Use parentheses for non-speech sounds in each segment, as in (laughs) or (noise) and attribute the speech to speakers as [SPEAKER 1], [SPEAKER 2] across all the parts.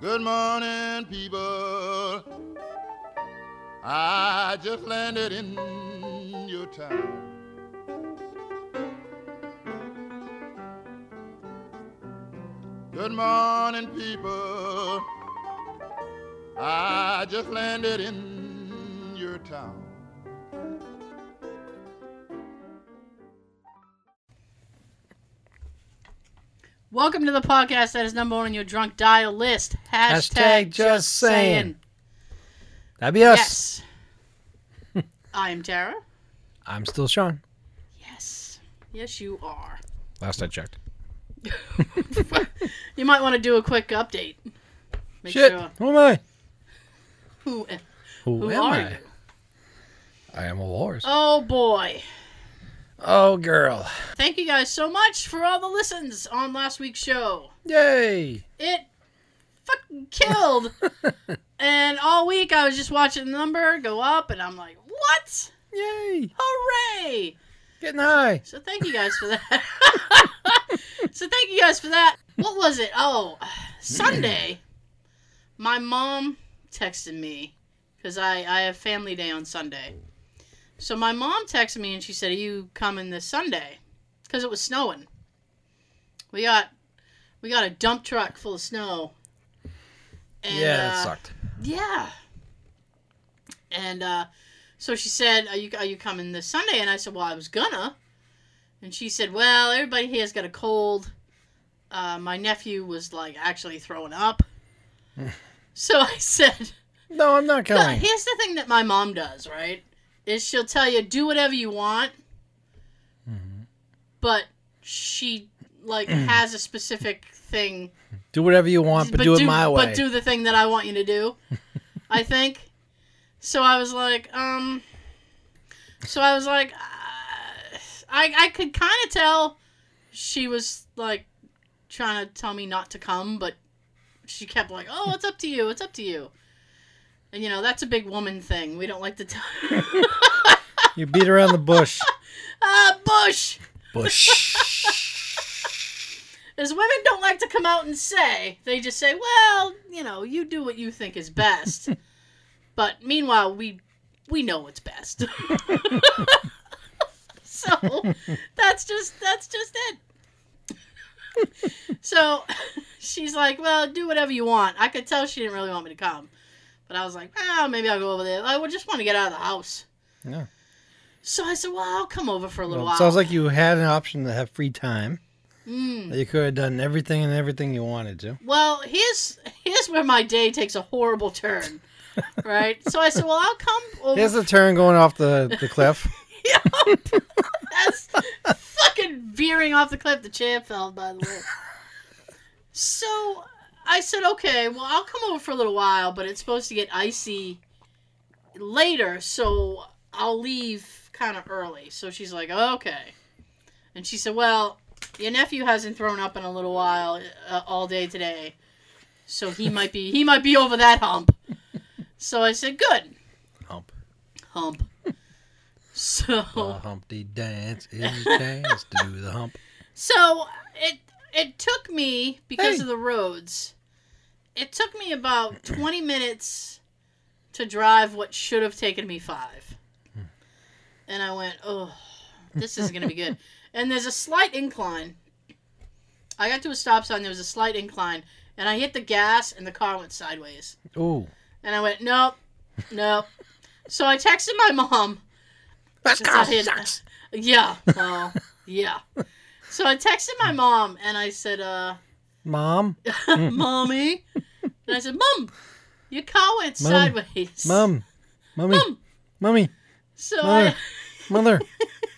[SPEAKER 1] Good morning, people. I just landed in your town. Good morning, people. I just landed in your town.
[SPEAKER 2] Welcome to the podcast that is number one on your drunk dial list. Hashtag,
[SPEAKER 3] Hashtag
[SPEAKER 2] just,
[SPEAKER 3] just
[SPEAKER 2] saying.
[SPEAKER 3] saying. That'd be us.
[SPEAKER 2] Yes. I am Tara.
[SPEAKER 3] I'm still Sean.
[SPEAKER 2] Yes. Yes, you are.
[SPEAKER 3] Last I
[SPEAKER 2] (laughs)
[SPEAKER 3] checked.
[SPEAKER 2] You might want to do a quick update. Make
[SPEAKER 3] Shit.
[SPEAKER 2] sure
[SPEAKER 3] Who am I?
[SPEAKER 2] who eh,
[SPEAKER 3] Who,
[SPEAKER 2] who
[SPEAKER 3] am
[SPEAKER 2] are
[SPEAKER 3] I?
[SPEAKER 2] you?
[SPEAKER 3] I am a horse.
[SPEAKER 2] Oh boy.
[SPEAKER 3] Oh, girl.
[SPEAKER 2] Thank you guys so much for all the listens on last week's show.
[SPEAKER 3] Yay. (laughs)
[SPEAKER 2] It fucking killed. and all week I was just watching the number go up and I'm like, "What?
[SPEAKER 3] Yay.
[SPEAKER 2] Hooray!"
[SPEAKER 3] Getting high.
[SPEAKER 2] So thank you guys for that. (laughs) so thank you guys for that. What was it? Oh, (sighs) Sunday. My mom texted me because I, I have family day on Sunday. So my mom texted me and she said, Are you coming this Sunday? Because it was snowing. We got we got a dump truck full of snow. And,
[SPEAKER 3] yeah, that
[SPEAKER 2] uh,
[SPEAKER 3] sucked.
[SPEAKER 2] yeah. And uh, so she said, "Are you are you coming this Sunday?" And I said, "Well, I was gonna." And she said, "Well, everybody here's got a cold. Uh, my nephew was like actually throwing up." so I said,
[SPEAKER 3] No, I'm not
[SPEAKER 2] "Look,
[SPEAKER 3] coming.
[SPEAKER 2] "Here's the thing that my mom does, right? Is she'll tell you do whatever you want, but she like has a specific thing."
[SPEAKER 3] Do whatever you want, but, do it my way.
[SPEAKER 2] But do the thing that I want you to
[SPEAKER 3] (laughs)
[SPEAKER 2] do. I think. So I was like, um. So I was like, uh, I I could kind of tell she was like trying to tell me not to come, but she kept like, oh, it's up to you, it's up to you. And you know that's a big woman thing. We don't like to tell. (laughs)
[SPEAKER 3] you beat around the bush.
[SPEAKER 2] ah, Bush.
[SPEAKER 3] bush.
[SPEAKER 2] is women don't like to come out and say. They just say, "Well, you know, you do what you think is
[SPEAKER 3] (laughs)
[SPEAKER 2] best." but meanwhile, we we know what's best. (laughs) so that's just that's just it. so she's like, "Well, do whatever you want." I could tell she didn't really want me to come, but I was like, "Ah, maybe I'll go over there. I would just want to get out of the house."
[SPEAKER 3] Yeah.
[SPEAKER 2] So I said, "Well, I'll come over for a little
[SPEAKER 3] Well,
[SPEAKER 2] while."
[SPEAKER 3] sounds like you had an option to have free time.
[SPEAKER 2] Mm.
[SPEAKER 3] You could have done everything and everything you wanted to.
[SPEAKER 2] Well, here's here's where my day takes a horrible turn. Right? So I said, Well, I'll come over
[SPEAKER 3] Here's the turn going off the, the
[SPEAKER 2] (laughs)
[SPEAKER 3] cliff.
[SPEAKER 2] That's fucking veering off the cliff. The chair fell, by the way. So I said, okay, well, I'll come over for a little while, but it's supposed to get icy later, so I'll leave kind of early. So she's like, okay. And she said, well, your nephew hasn't thrown up in a little while, uh, all day today, so he might be he might be over that hump. So I said, good
[SPEAKER 3] Hump.
[SPEAKER 2] hump. So.
[SPEAKER 3] The Humpty dance is dance to the hump.
[SPEAKER 2] So it it took me because
[SPEAKER 3] Hey.
[SPEAKER 2] of the roads. It took me about twenty minutes to drive what should have taken me five, and I went, "Oh, this is gonna be good." and there's a slight incline. I got to a stop sign. There was a slight incline, and I hit the gas, and the car went sideways.
[SPEAKER 3] Ooh.
[SPEAKER 2] And I went, "Nope, nope." so I texted my mom,
[SPEAKER 3] That's
[SPEAKER 2] Since I didn't- Yeah. Well, yeah. So I texted my mom and I said, uh,
[SPEAKER 3] Mom,
[SPEAKER 2] (laughs) Mommy. And I said, Mom, your car went
[SPEAKER 3] Mom.
[SPEAKER 2] sideways.
[SPEAKER 3] mom, mummy,
[SPEAKER 2] Mom.
[SPEAKER 3] mummy,
[SPEAKER 2] So I, (laughs)
[SPEAKER 3] mother, mother,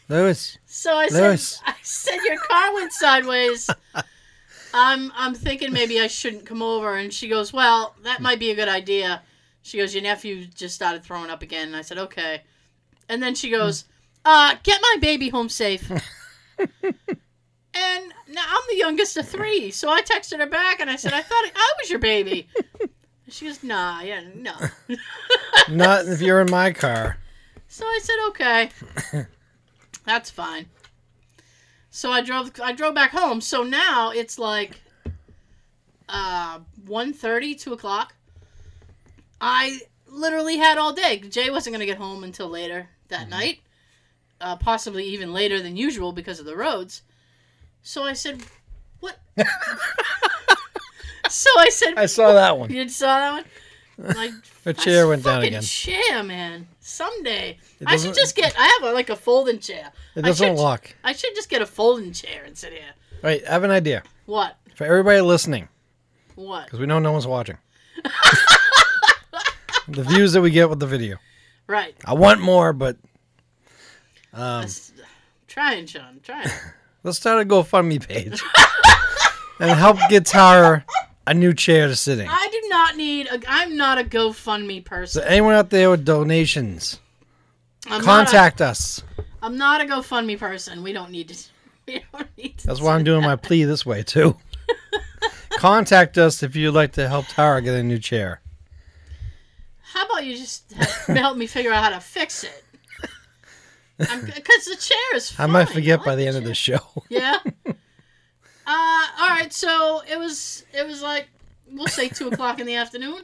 [SPEAKER 3] Lewis.
[SPEAKER 2] so I
[SPEAKER 3] Lewis.
[SPEAKER 2] said, (laughs) I said, Your car went sideways. I'm, I'm thinking maybe I shouldn't come over. And she goes, Well, that might be a good idea. She goes, Your nephew just started throwing up again. And I said, Okay. And then she goes, uh, Get my baby home safe. and now I'm the youngest of three. So I texted her back and I said, I thought I was your baby. She goes, Nah, yeah, no.
[SPEAKER 3] Not if you're in my car.
[SPEAKER 2] So I said, okay, that's fine. So I drove. I drove back home. So now it's like uh, 1.30, 2 o'clock. I literally had all day. Jay wasn't going to get home until later that
[SPEAKER 3] Mhm.
[SPEAKER 2] night, uh, possibly even later than usual because of the roads. So I said, what? (laughs) so I said,
[SPEAKER 3] I saw that one.
[SPEAKER 2] you saw that one? Like,
[SPEAKER 3] The
[SPEAKER 2] I
[SPEAKER 3] chair went down
[SPEAKER 2] fucking
[SPEAKER 3] again.
[SPEAKER 2] Chair, man. Someday
[SPEAKER 3] It
[SPEAKER 2] I should
[SPEAKER 3] doesn't-
[SPEAKER 2] just get. I have a, like a folding chair.
[SPEAKER 3] It
[SPEAKER 2] I
[SPEAKER 3] doesn't
[SPEAKER 2] should-
[SPEAKER 3] lock.
[SPEAKER 2] I should just get a folding chair and sit here.
[SPEAKER 3] All right, I have an idea
[SPEAKER 2] What?
[SPEAKER 3] for everybody listening
[SPEAKER 2] What?
[SPEAKER 3] because we know no
[SPEAKER 2] (laughs)
[SPEAKER 3] one's watching. the views that we get with the video.
[SPEAKER 2] Right.
[SPEAKER 3] I want more, but um,
[SPEAKER 2] That's- trying, Sean. Trying.
[SPEAKER 3] let's start a GoFundMe
[SPEAKER 2] (laughs)
[SPEAKER 3] page and help get Tara a new chair to sit in.
[SPEAKER 2] I do not need. A, I'm not a GoFundMe
[SPEAKER 3] So
[SPEAKER 2] person.
[SPEAKER 3] anyone out there with donations,
[SPEAKER 2] I'm Not
[SPEAKER 3] contact us.
[SPEAKER 2] a, I'm not a GoFundMe person. We don't need to. (laughs) We don't need to.
[SPEAKER 3] That's why I'm doing my plea this
[SPEAKER 2] (laughs)
[SPEAKER 3] way too. Contact us if you'd like to help Tara get a new chair.
[SPEAKER 2] How about you just help (laughs) me figure out how to fix it?
[SPEAKER 3] (laughs)
[SPEAKER 2] Because the chair is.
[SPEAKER 3] I
[SPEAKER 2] Fine.
[SPEAKER 3] might forget by
[SPEAKER 2] like
[SPEAKER 3] the end of this show. (laughs)
[SPEAKER 2] yeah. Uh, all right. So it was. It was like we'll say two o'clock in the afternoon.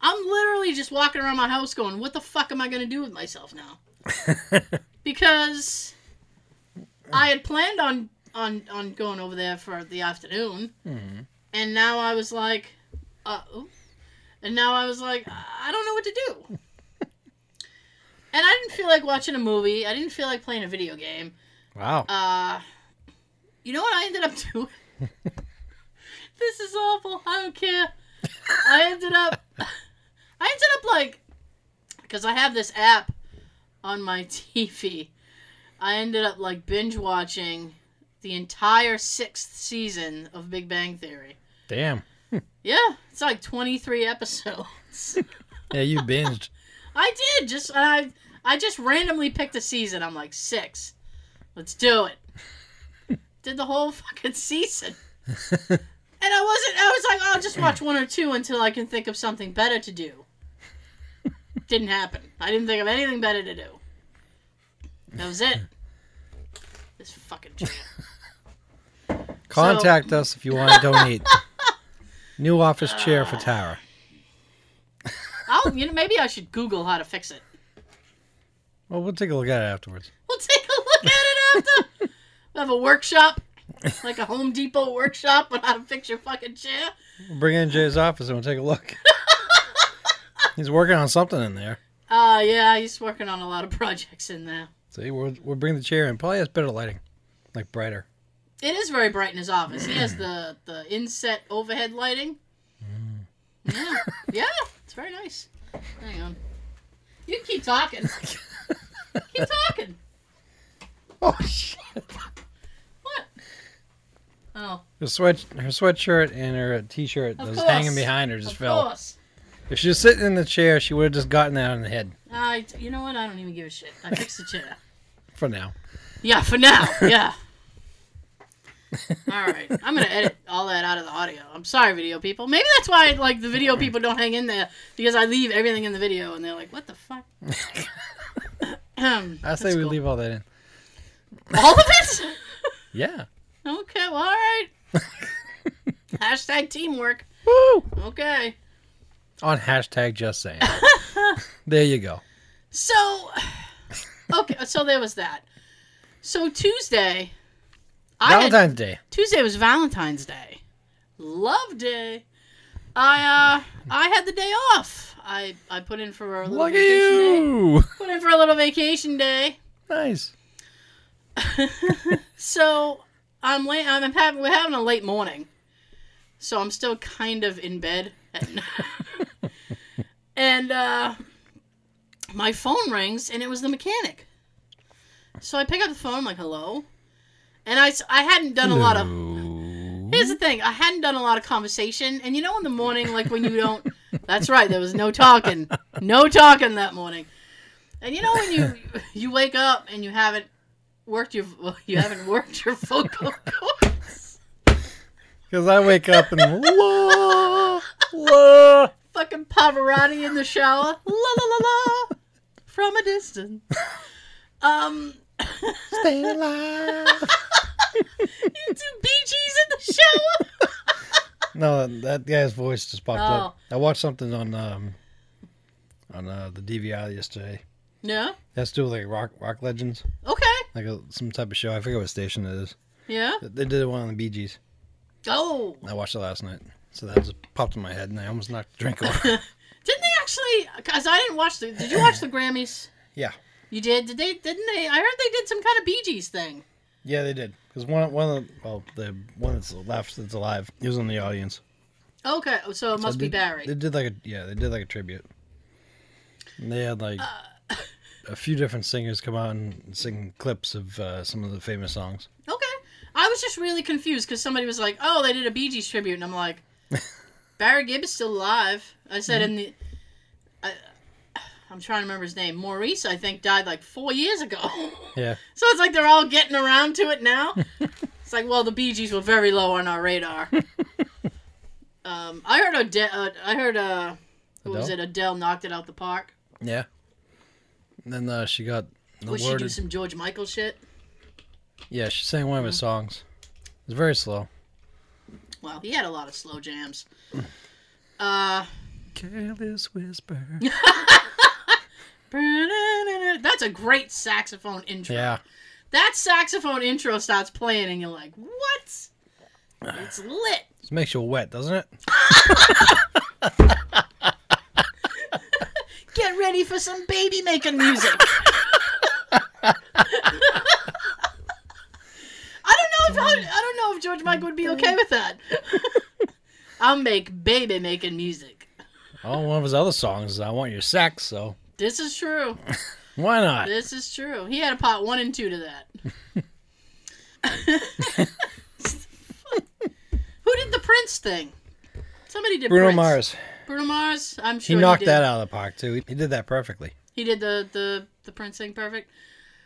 [SPEAKER 2] I'm literally just walking around my house, going, "What the fuck am I gonna do with myself now?" because I had planned on on on going over there for the afternoon, and now I was like, uh, oop. and now I was like, I don't know what to do. and I didn't feel like watching a movie. I didn't feel like playing a video game.
[SPEAKER 3] Wow.
[SPEAKER 2] Uh, you know what I ended up doing? this is awful. I don't care. I ended up, I ended up like, because I have this app on my TV. I ended up like binge watching the entire sixth season of Big Bang Theory.
[SPEAKER 3] Damn.
[SPEAKER 2] Yeah, it's like 23 episodes.
[SPEAKER 3] Yeah, you
[SPEAKER 2] (laughs)
[SPEAKER 3] binged.
[SPEAKER 2] I did just I I just randomly picked a season. I'm like six. Let's do it. did the whole fucking season. and I wasn't I was like, I'll just watch one or two until I can think of something better to do. Didn't happen. I didn't think of anything better to do. That was it. This fucking chair.
[SPEAKER 3] Contact us if you want to
[SPEAKER 2] (laughs)
[SPEAKER 3] donate. New office chair
[SPEAKER 2] Uh.
[SPEAKER 3] for Tara.
[SPEAKER 2] I'll you know maybe I should Google how to fix it.
[SPEAKER 3] Well, we'll take a look at it afterwards.
[SPEAKER 2] We'll take a look at it after. we have a workshop, like a Home Depot workshop on how to fix your fucking chair.
[SPEAKER 3] We'll bring in Jay's office and we'll take
[SPEAKER 2] (laughs)
[SPEAKER 3] a look. He's working on something in there.
[SPEAKER 2] Uh, yeah, he's working on a lot of projects in there.
[SPEAKER 3] See, we'll, we'll bring the chair in. Probably has better lighting, like brighter.
[SPEAKER 2] It is very bright in his office. He has the the inset overhead lighting.
[SPEAKER 3] Mm.
[SPEAKER 2] Yeah, yeah, it's very nice. Hang on, you can keep
[SPEAKER 3] (laughs)
[SPEAKER 2] talking. keep talking.
[SPEAKER 3] Oh shit!
[SPEAKER 2] What? Oh,
[SPEAKER 3] Her sweat, her sweatshirt, and her t-shirt that
[SPEAKER 2] Of
[SPEAKER 3] was
[SPEAKER 2] course.
[SPEAKER 3] hanging behind her just
[SPEAKER 2] of
[SPEAKER 3] fell.
[SPEAKER 2] course.
[SPEAKER 3] If she was sitting in the chair, she would have just gotten that on the head.
[SPEAKER 2] I, you know what? I don't even give a shit. I fixed the chair.
[SPEAKER 3] For now,
[SPEAKER 2] Yeah, for
[SPEAKER 3] (laughs)
[SPEAKER 2] now. Yeah. all right, I'm gonna edit all that out of the audio. I'm sorry, video people. Maybe that's why like the video people don't hang in there because I leave everything in the video and they're like, "What the
[SPEAKER 3] (laughs)
[SPEAKER 2] fuck."
[SPEAKER 3] I say we leave all that in.
[SPEAKER 2] all of it.
[SPEAKER 3] Yeah.
[SPEAKER 2] Okay, well, all
[SPEAKER 3] (laughs)
[SPEAKER 2] right. Hashtag teamwork.
[SPEAKER 3] Woo!
[SPEAKER 2] Okay.
[SPEAKER 3] On hashtag
[SPEAKER 2] (laughs)
[SPEAKER 3] just saying. there you go.
[SPEAKER 2] So, (sighs) okay, so there was that. So Tuesday, I had-
[SPEAKER 3] Valentine's Day.
[SPEAKER 2] Tuesday was Valentine's Day. Love day. I uh I had the day off. I I put in for a little
[SPEAKER 3] Look at
[SPEAKER 2] vacation day.
[SPEAKER 3] you.
[SPEAKER 2] Put in for a little vacation day.
[SPEAKER 3] Nice.
[SPEAKER 2] So I'm late. I'm having we're having a late morning. So I'm still kind of in bed. At (laughs) and uh my phone rings and it was the mechanic. So I pick up the phone. I'm like, "Hello." And I, s- I hadn't done a lot of Here's the thing. I hadn't done a lot of conversation, and you know, in the morning, like when you don't. (laughs) That's right. There was no talking, no talking that morning. And you know, when you you wake up and you haven't worked your you haven't worked your vocal cords.
[SPEAKER 3] Because I wake up and (laughs) la la.
[SPEAKER 2] Fucking Pavarotti in the shower, la la la la, from a distance. Um,
[SPEAKER 3] Stay alive.
[SPEAKER 2] you do Bee Gees in the shower.
[SPEAKER 3] No, that guy's voice just popped up.
[SPEAKER 2] Oh.
[SPEAKER 3] I watched something on um on uh, the DVR yesterday.
[SPEAKER 2] No?
[SPEAKER 3] That's to do with like rock rock legends,
[SPEAKER 2] Okay.
[SPEAKER 3] like a, some type of show. I forget what station it is.
[SPEAKER 2] Yeah.
[SPEAKER 3] They did one on the Bee Gees.
[SPEAKER 2] Oh.
[SPEAKER 3] I watched it last night, so that just popped in my head, and I almost knocked the
[SPEAKER 2] (laughs)
[SPEAKER 3] drink over.
[SPEAKER 2] Didn't they actually? Cause I didn't watch the. Did you watch the Grammys?
[SPEAKER 3] Yeah.
[SPEAKER 2] You did. Did they? Didn't they? I heard they did some kind of Bee Gees thing.
[SPEAKER 3] yeah, they did. Because one one of the, well, the one that's left that's alive, he was in the audience.
[SPEAKER 2] Okay, so it
[SPEAKER 3] So
[SPEAKER 2] must be
[SPEAKER 3] they-
[SPEAKER 2] Barry.
[SPEAKER 3] They did like a yeah, they did like a tribute. And they had like
[SPEAKER 2] Uh.
[SPEAKER 3] a few different singers come out and sing clips of uh, some of the famous songs.
[SPEAKER 2] Okay. I was just really confused because somebody was like, "Oh, they did a Bee Gees tribute," and I'm like, "Barry Gibb is still alive." I said, "In the," I, I'm trying to remember his name. Maurice, I think, died like four years ago. (laughs)
[SPEAKER 3] Yeah,
[SPEAKER 2] so it's like they're all getting around to it now. it's like, well, the Bee Gees were very low on our radar. um, I heard Ode- uh, I heard uh, who was it?
[SPEAKER 3] Adele?
[SPEAKER 2] Adele knocked it out the park.
[SPEAKER 3] yeah. And then uh, she got an
[SPEAKER 2] Would she do
[SPEAKER 3] awarded.
[SPEAKER 2] some Mm-hmm. George Michael shit?
[SPEAKER 3] yeah, she sang one of his songs. It was very slow.
[SPEAKER 2] Well, he had a lot of slow jams. Uh.
[SPEAKER 3] Careless whisper.
[SPEAKER 2] That's a great saxophone intro.
[SPEAKER 3] yeah,
[SPEAKER 2] That saxophone intro starts playing, and you're like, what? It's lit.
[SPEAKER 3] it makes you wet, doesn't it?
[SPEAKER 2] Get ready for some baby making music. I don't know if I, I don't know if George Michael would be okay with that. I'll make baby making music.
[SPEAKER 3] Oh, one of his other songs is "I Want Your Sex," so
[SPEAKER 2] This is true.
[SPEAKER 3] why not?
[SPEAKER 2] This is true. He had a pot one and two to that. Who did the Prince thing? Somebody did
[SPEAKER 3] Bruno
[SPEAKER 2] Prince.
[SPEAKER 3] Mars.
[SPEAKER 2] Bruno Mars. I'm
[SPEAKER 3] He
[SPEAKER 2] sure
[SPEAKER 3] knocked
[SPEAKER 2] he did.
[SPEAKER 3] that out of the park too. He, he did that perfectly.
[SPEAKER 2] He did the the the Prince thing perfect.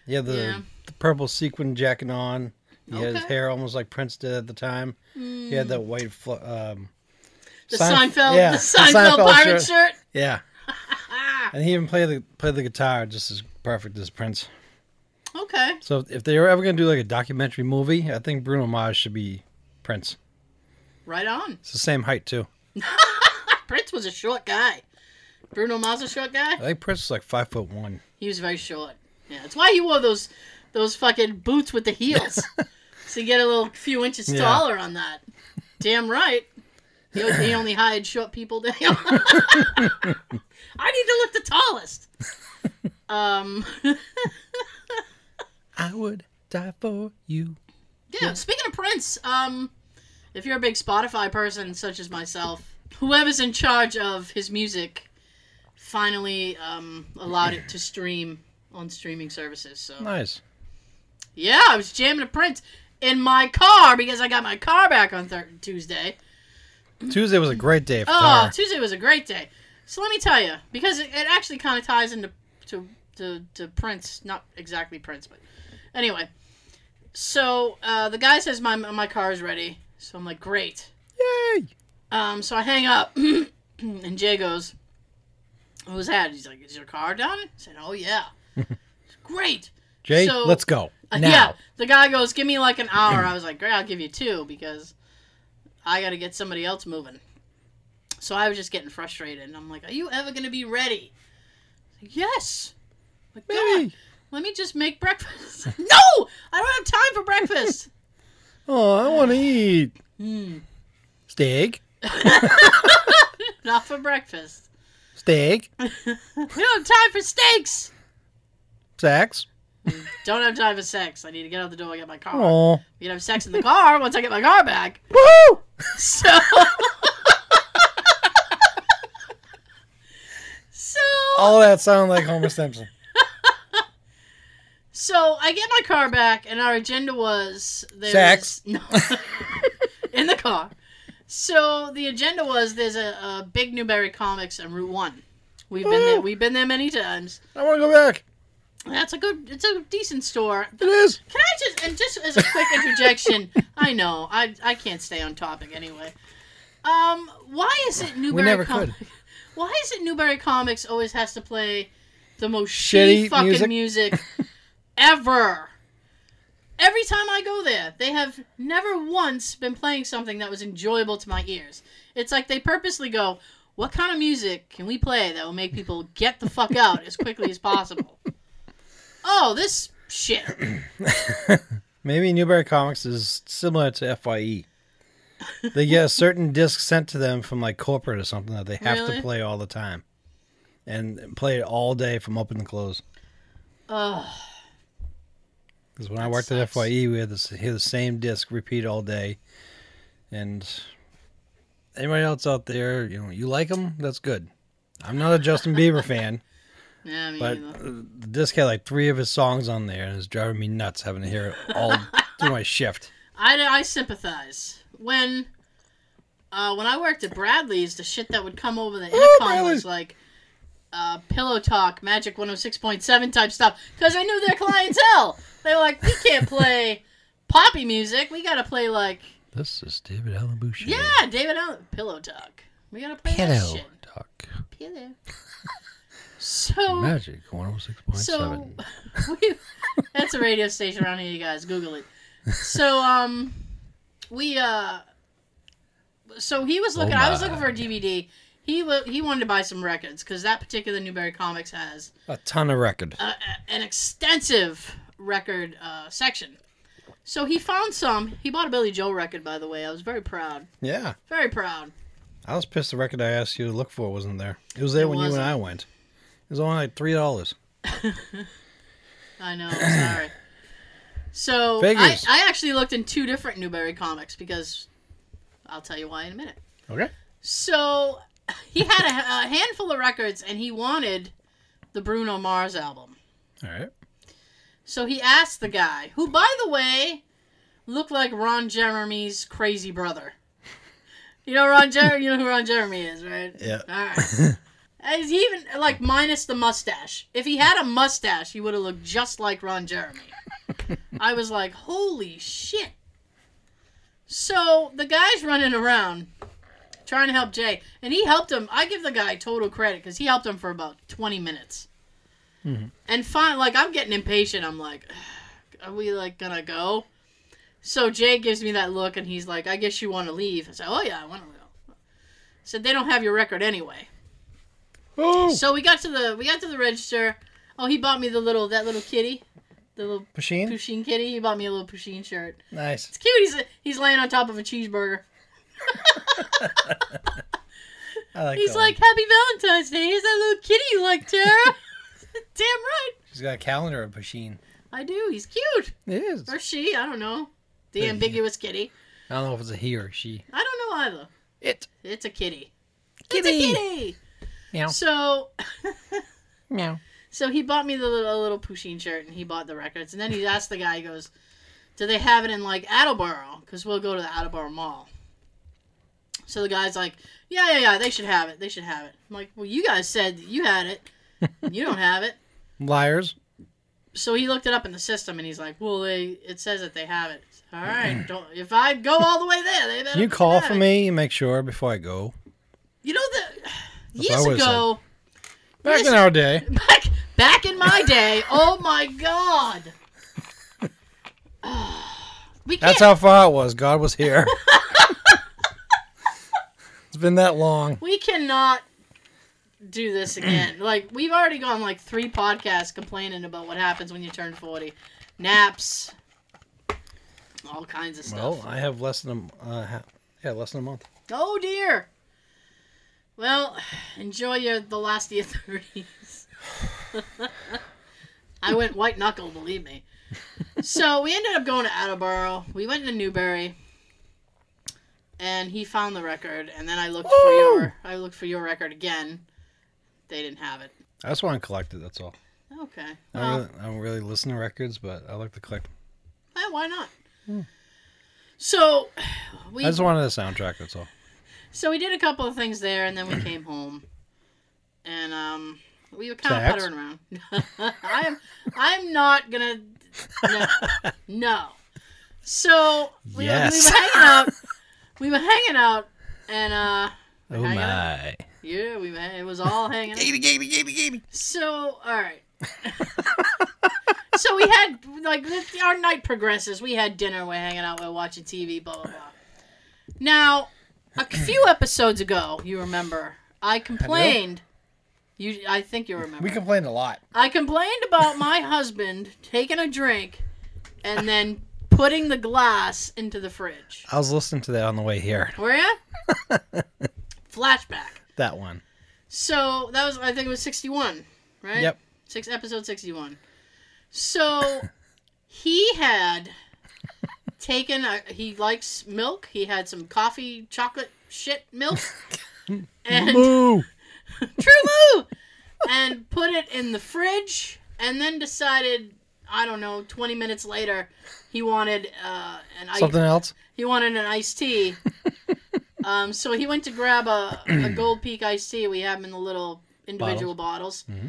[SPEAKER 3] Yeah, the,
[SPEAKER 2] Yeah.
[SPEAKER 3] the purple sequin jacket on. He had his
[SPEAKER 2] Okay. Mm.
[SPEAKER 3] hair almost like Prince did at the time. He had that white, fl- um,
[SPEAKER 2] The
[SPEAKER 3] Seinf-
[SPEAKER 2] Seinfeld.
[SPEAKER 3] yeah,
[SPEAKER 2] the
[SPEAKER 3] the
[SPEAKER 2] Seinfeld,
[SPEAKER 3] Seinfeld
[SPEAKER 2] pirate shirt.
[SPEAKER 3] shirt. yeah.
[SPEAKER 2] Ah,
[SPEAKER 3] and he even played the played the guitar just as perfect as Prince.
[SPEAKER 2] Okay.
[SPEAKER 3] So if they were ever gonna do like a documentary movie, I think Bruno Mars should be Prince.
[SPEAKER 2] Right on.
[SPEAKER 3] It's the same height too.
[SPEAKER 2] Prince was a short guy. Bruno Mars a short guy.
[SPEAKER 3] I think Prince is like five foot one.
[SPEAKER 2] He was very short. Yeah, that's why he wore those those fucking boots with the heels. so you get a little few inches
[SPEAKER 3] Yeah.
[SPEAKER 2] taller on that. Damn right. He, o- he only hired short people. To (laughs) I need to look the tallest. Um,
[SPEAKER 3] I would die for you.
[SPEAKER 2] yeah. Speaking of Prince, um, if you're a big Spotify person such as myself, whoever's in charge of his music finally um, allowed it to stream on streaming services. So
[SPEAKER 3] Nice.
[SPEAKER 2] Yeah, I was jamming a Prince in my car because I got my car back on thir- Tuesday.
[SPEAKER 3] Tuesday was a great day for
[SPEAKER 2] Oh,
[SPEAKER 3] Tara.
[SPEAKER 2] Tuesday was a great day. So let me tell you, because it, it actually kind of ties into to, to, to Prince, not exactly Prince, but anyway. So uh, the guy says my my car is ready. So I'm like, great.
[SPEAKER 3] Yay!
[SPEAKER 2] Um, so I hang up, (clears throat) and Jay goes, "What was that?" He's like, "Is your car done?" I said, "Oh yeah."
[SPEAKER 3] (laughs)
[SPEAKER 2] great.
[SPEAKER 3] Jay,
[SPEAKER 2] So-
[SPEAKER 3] let's go
[SPEAKER 2] Uh,
[SPEAKER 3] now.
[SPEAKER 2] Yeah, the guy goes, "Give me like an hour." I was like, "Great, I'll give you two because I got to get somebody else moving." So I was just getting frustrated, and I'm like, "Are you ever gonna be ready?" He's like, yes. I'm Like, "God,
[SPEAKER 3] Maybe.
[SPEAKER 2] let me just make breakfast. (laughs) no, I don't have time for
[SPEAKER 3] (laughs)
[SPEAKER 2] breakfast.
[SPEAKER 3] Oh, I want to eat
[SPEAKER 2] Hmm, (laughs)
[SPEAKER 3] steak.
[SPEAKER 2] not for breakfast.
[SPEAKER 3] Steak.
[SPEAKER 2] We don't have time for steaks.
[SPEAKER 3] Sex.
[SPEAKER 2] Don't have time for sex. I need to get out the door and get my car.
[SPEAKER 3] Oh.
[SPEAKER 2] We can have sex in the car once I get my car back.
[SPEAKER 3] Woohoo!
[SPEAKER 2] So. so.
[SPEAKER 3] All that sounded like
[SPEAKER 2] (laughs)
[SPEAKER 3] Homer Simpson.
[SPEAKER 2] So I get my car back, and our agenda was there's
[SPEAKER 3] Sex.
[SPEAKER 2] (laughs) No, in the car. So the agenda was there's a, a big Newberry Comics on Route One. We've been there.
[SPEAKER 3] Woo!
[SPEAKER 2] We've been there many times.
[SPEAKER 3] I want to go back.
[SPEAKER 2] That's a good. It's a decent store.
[SPEAKER 3] It is.
[SPEAKER 2] Can I just and just as a quick
[SPEAKER 3] (laughs)
[SPEAKER 2] interjection? I know I I can't stay on topic anyway. Um, why is it Newberry?
[SPEAKER 3] never
[SPEAKER 2] Com- (laughs)
[SPEAKER 3] could.
[SPEAKER 2] Why is it Newberry Comics always has to play the most shitty
[SPEAKER 3] Shitty (laughs)
[SPEAKER 2] fucking music,
[SPEAKER 3] music.
[SPEAKER 2] ever? Every time I go there, they have never once been playing something that was enjoyable to my ears. It's like they purposely go, "What kind of music can we play that will make people get the fuck out as quickly as
[SPEAKER 3] (laughs)
[SPEAKER 2] possible?" Oh, this shit.
[SPEAKER 3] Maybe Newberry Comics is similar to FYE.
[SPEAKER 2] (laughs)
[SPEAKER 3] They get a certain disc sent to them from like corporate or something that they have
[SPEAKER 2] Really?
[SPEAKER 3] to play all the time, and play it all day from open to close.
[SPEAKER 2] Ugh.
[SPEAKER 3] Because when I worked at
[SPEAKER 2] sucks.
[SPEAKER 3] FYE, we had this hear the same disc repeat all day. And anybody else out there, you know, you like them, that's good. I'm not
[SPEAKER 2] (laughs)
[SPEAKER 3] a Justin Bieber fan,
[SPEAKER 2] Yeah, me
[SPEAKER 3] but
[SPEAKER 2] neither.
[SPEAKER 3] uh, the disc had like three of his songs on there, and it's driving me nuts having to hear
[SPEAKER 2] (laughs)
[SPEAKER 3] it all through my shift.
[SPEAKER 2] I, I sympathize. When uh, when I worked at Bradley's, the shit that would come over the intercom
[SPEAKER 3] Bradley.
[SPEAKER 2] was like uh, pillow talk, Magic 106.7 type stuff. Because I knew their clientele. they were like, we can't play poppy music. We got to play like,
[SPEAKER 3] This is David Allen Boucher.
[SPEAKER 2] yeah, David Allen, pillow talk. We got to play that
[SPEAKER 3] Hello,
[SPEAKER 2] shit.
[SPEAKER 3] Doc.
[SPEAKER 2] Pillow. so,
[SPEAKER 3] Magic 106.7.
[SPEAKER 2] so (laughs) we, that's a radio station around here you guys google it so um we uh so he was looking i was looking for a dvd he wa he wanted to buy some records because that particular newberry comics has
[SPEAKER 3] a ton of record.
[SPEAKER 2] a, a- an extensive record uh, section so he found some he bought a billy joel record by the way i was very proud
[SPEAKER 3] Yeah.
[SPEAKER 2] very proud
[SPEAKER 3] I was pissed the record I asked you to look for wasn't there. It was there
[SPEAKER 2] It
[SPEAKER 3] when you
[SPEAKER 2] wasn't.
[SPEAKER 3] and I went. It was only like $3.
[SPEAKER 2] i know i'm sorry so I,
[SPEAKER 3] Figures.
[SPEAKER 2] I actually looked in two different newberry comics because i'll tell you why in a minute
[SPEAKER 3] Okay.
[SPEAKER 2] So he had a, a handful of records, and he wanted the Bruno Mars album.
[SPEAKER 3] All right.
[SPEAKER 2] So he asked the guy, who, by the way, looked like Ron Jeremy's crazy brother. You know Ron Jeremy. You know who Ron Jeremy is, right?
[SPEAKER 3] Yeah.
[SPEAKER 2] All right. As he even like minus the mustache. If he had a mustache, he would have looked just like Ron Jeremy. I was like, holy shit. So the guy's running around trying to help Jay, and he helped him. I give the guy total credit because he helped him for about twenty minutes. And fine, like I'm getting impatient. I'm like, are we like gonna go? So Jay gives me that look, and he's like, I guess you want to leave. I said, Oh yeah, I want to go said they don't have your record anyway.
[SPEAKER 3] Oh,
[SPEAKER 2] So we got to the we got to the register. Oh, he bought me the little that little kitty, the little
[SPEAKER 3] Pusheen?
[SPEAKER 2] Pusheen kitty. He bought me a little Pusheen shirt.
[SPEAKER 3] Nice.
[SPEAKER 2] It's cute. He's he's laying on top of a cheeseburger.
[SPEAKER 3] I like
[SPEAKER 2] He's
[SPEAKER 3] that
[SPEAKER 2] like,
[SPEAKER 3] one.
[SPEAKER 2] "Happy Valentine's Day." Here's that little kitty you like, Tara.
[SPEAKER 3] (laughs)
[SPEAKER 2] Damn right,
[SPEAKER 3] she's got a calendar of Pusheen.
[SPEAKER 2] I do. He's cute
[SPEAKER 3] It is.
[SPEAKER 2] or she? I don't know. The ambiguous kitty.
[SPEAKER 3] I don't know if it's a he or she.
[SPEAKER 2] I don't know either.
[SPEAKER 3] It.
[SPEAKER 2] It's a kitty. It's
[SPEAKER 3] Kitty.
[SPEAKER 2] a kitty.
[SPEAKER 3] Meow.
[SPEAKER 2] So
[SPEAKER 3] Meow.
[SPEAKER 2] So he bought me the little, a little Pusheen shirt, and he bought the records. And then he asked the guy, he goes, "Do they have it in like Attleboro? Because we'll go to the Attleboro Mall." So the guy's like, "Yeah, yeah, yeah. They should have it. They should have it." I'm like, "Well, you guys said that you had
[SPEAKER 3] (laughs)
[SPEAKER 2] it. and you don't have it."
[SPEAKER 3] Liars.
[SPEAKER 2] So he looked it up in the system, and he's like, "Well, they it says that they have it. All right,
[SPEAKER 3] (clears throat)
[SPEAKER 2] don't if I go all the way there, they better
[SPEAKER 3] Can you
[SPEAKER 2] fucking
[SPEAKER 3] call
[SPEAKER 2] have
[SPEAKER 3] for
[SPEAKER 2] it."
[SPEAKER 3] me and make sure before I go?
[SPEAKER 2] You know the
[SPEAKER 3] what I
[SPEAKER 2] years
[SPEAKER 3] would've
[SPEAKER 2] ago."
[SPEAKER 3] Back
[SPEAKER 2] Listen.
[SPEAKER 3] in our day.
[SPEAKER 2] back back in my day. Oh my god. (sighs) we can't.
[SPEAKER 3] That's how far it was. God was here. (laughs) it's been that long.
[SPEAKER 2] we cannot do this
[SPEAKER 3] (clears throat)
[SPEAKER 2] again. like we've already gone like three podcasts complaining about what happens when you turn forty, naps, all kinds of stuff.
[SPEAKER 3] Well, I have less than a uh, ha- yeah, less than a month.
[SPEAKER 2] oh dear. Well, enjoy your the last of your (laughs) thirties. I went white knuckle, believe me. so we ended up going to Attleboro. We went to Newberry, and he found the record. And then I looked for
[SPEAKER 3] Woo!
[SPEAKER 2] your I looked for your record again. They didn't have it.
[SPEAKER 3] I just want to collect it. That's all.
[SPEAKER 2] Okay.
[SPEAKER 3] I
[SPEAKER 2] Well,
[SPEAKER 3] don't, Oh, really, I don't really listen to records, but I like to collect.
[SPEAKER 2] eh, why not?
[SPEAKER 3] Hmm.
[SPEAKER 2] So we
[SPEAKER 3] I just wanted a soundtrack. That's all.
[SPEAKER 2] so we did a couple of things there, and then we came home, and um, we were kind
[SPEAKER 3] Tax?
[SPEAKER 2] of puttering around. (laughs) I'm I'm not gonna no, no. So we,
[SPEAKER 3] Yes.
[SPEAKER 2] we were hanging out. We were hanging out, and uh,
[SPEAKER 3] Oh
[SPEAKER 2] hang on.
[SPEAKER 3] my!
[SPEAKER 2] yeah, we were, hang- it was all hanging. out.
[SPEAKER 3] Gamey, gamey, gamey, gamey.
[SPEAKER 2] So all right. so we had like the- our night progresses. We had dinner, we're hanging out, we're watching TV, blah blah blah. Now, a few episodes ago, you remember, I complained. you, I think you remember.
[SPEAKER 4] We complained a lot.
[SPEAKER 2] I complained about my husband taking a drink and then putting the glass into the fridge.
[SPEAKER 3] I was listening to that on the way here.
[SPEAKER 2] Were ya? Flashback.
[SPEAKER 3] That one.
[SPEAKER 2] So that was, I think it was 61,
[SPEAKER 4] (laughs)
[SPEAKER 2] right?
[SPEAKER 3] Yep.
[SPEAKER 2] Six episode 61.
[SPEAKER 3] (laughs)
[SPEAKER 2] So he had taken a, he likes milk. He had some coffee chocolate shit
[SPEAKER 3] (laughs)
[SPEAKER 2] milk and
[SPEAKER 3] Moo!
[SPEAKER 2] True Moo! And put it in the fridge, and then decided, I don't know, 20 minutes later, he wanted uh, an ice,
[SPEAKER 3] Something else?
[SPEAKER 2] he wanted an iced tea.
[SPEAKER 3] (laughs)
[SPEAKER 2] um, so he went to grab a,
[SPEAKER 3] (clears throat)
[SPEAKER 2] a Gold Peak iced tea. We have them in the little individual bottles,
[SPEAKER 3] Mm-hmm.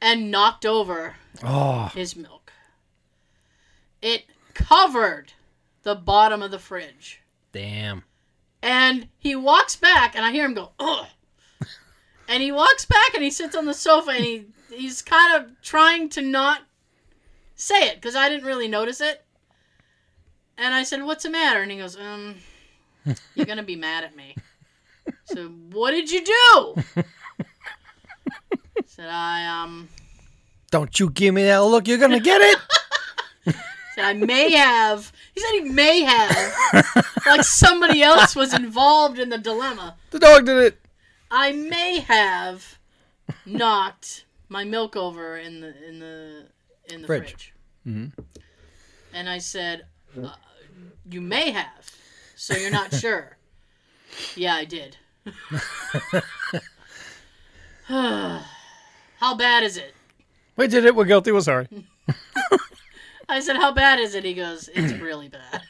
[SPEAKER 2] and knocked over
[SPEAKER 3] Oh,
[SPEAKER 2] his milk. It covered the bottom of the fridge.
[SPEAKER 3] damn.
[SPEAKER 2] And he walks back, and I hear him go, ugh. And he walks back, and he sits on the sofa, and he he's kind of trying to not say it because I didn't really notice it. And I said, "What's the matter?" And he goes, "Um, you're gonna be mad at me." So what did you do? I said I um
[SPEAKER 3] Don't you give me that look. You're going to get it. (laughs)
[SPEAKER 2] said I may have. He said he may have, like somebody else was involved in the dilemma.
[SPEAKER 3] the dog did it.
[SPEAKER 2] I may have knocked my milk over in the in the in the fridge.
[SPEAKER 3] Fridge.
[SPEAKER 2] And I said, uh, "You may have, so you're not sure." yeah, I did. (sighs) How bad is it?
[SPEAKER 4] We did it. We're guilty. We're sorry.
[SPEAKER 2] I said, "How bad is it?" He goes, "It's really bad."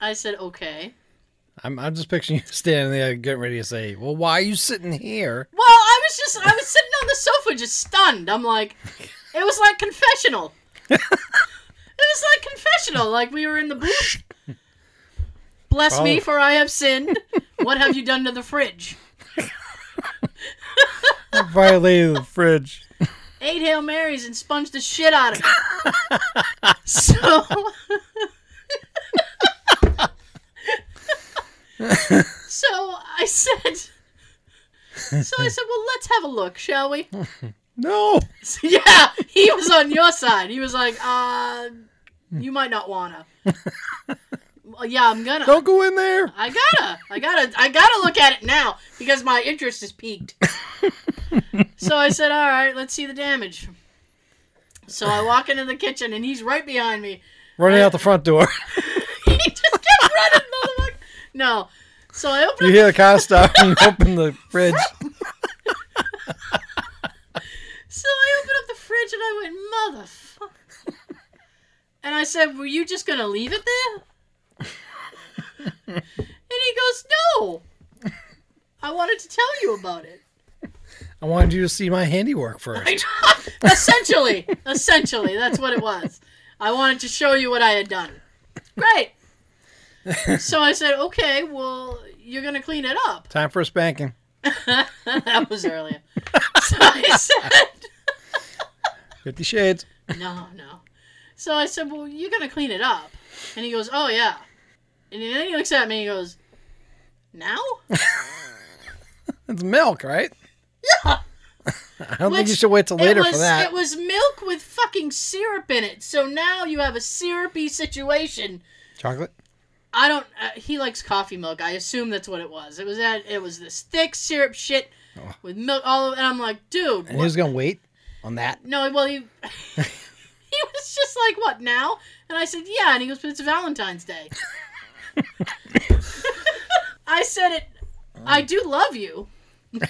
[SPEAKER 2] I said, "Okay."
[SPEAKER 3] I'm, I'm just picturing you (laughs) standing there getting ready to say, well, why are you
[SPEAKER 4] (laughs)
[SPEAKER 3] sitting here?
[SPEAKER 2] Well, I was just I was sitting on the sofa just stunned. I'm like it was like confessional. it was like confessional, like we were in the booth. Bless me
[SPEAKER 3] Oh.
[SPEAKER 2] for I have sinned. What have you done to the fridge?
[SPEAKER 4] Violated the fridge.
[SPEAKER 2] Ate Hail Marys and sponged the shit out of it. so (laughs) So I said So I said, Well let's have a look, shall we?
[SPEAKER 4] No.
[SPEAKER 2] (laughs) yeah, he was on your side. He was like, uh, you might not wanna. well, yeah, I'm gonna.
[SPEAKER 4] Don't go in there.
[SPEAKER 2] I gotta. I gotta. I gotta look at it now because my interest is piqued. so I said, all right, let's see the damage. So I walk into the kitchen and he's right behind me. (laughs)
[SPEAKER 3] Running out the front door. (laughs)
[SPEAKER 2] He just kept running, motherfucker. No. So I open
[SPEAKER 3] You
[SPEAKER 2] up
[SPEAKER 3] hear the car stop and open the fridge.
[SPEAKER 2] So I opened up the fridge and I went, motherfucker. and I said, were you just going to leave it there? and he goes, no. I wanted to tell you about it.
[SPEAKER 3] I wanted you to see my
[SPEAKER 4] (laughs)
[SPEAKER 3] handiwork first.
[SPEAKER 2] essentially, essentially, that's what it was. I wanted to show you what I had done. Great. so I said, okay, well, you're going to clean it up. (laughs)
[SPEAKER 3] Time for a spanking.
[SPEAKER 2] that was earlier. so I said,
[SPEAKER 3] Fifty Shades.
[SPEAKER 2] no, no. So I said, well, you're going to clean it up. And he goes, oh, yeah. And then he looks at me and he goes, now?
[SPEAKER 3] It's milk, right?
[SPEAKER 2] Yeah.
[SPEAKER 3] (laughs) I don't think you
[SPEAKER 2] Which-
[SPEAKER 3] should wait till later
[SPEAKER 2] it was,
[SPEAKER 3] for that.
[SPEAKER 2] It was milk with fucking syrup in it. So now you have a syrupy situation.
[SPEAKER 3] Chocolate.
[SPEAKER 2] I don't, uh, he likes coffee milk. I assume that's what it was. It was that, it was this thick syrup shit with milk all over. And I'm like, dude.
[SPEAKER 3] Oh. And he was gonna wait on that.
[SPEAKER 2] No, well, he, (laughs) he was just like, what, now? And I said, yeah. And he goes, but it's Valentine's Day. (laughs) I said it, I do love you.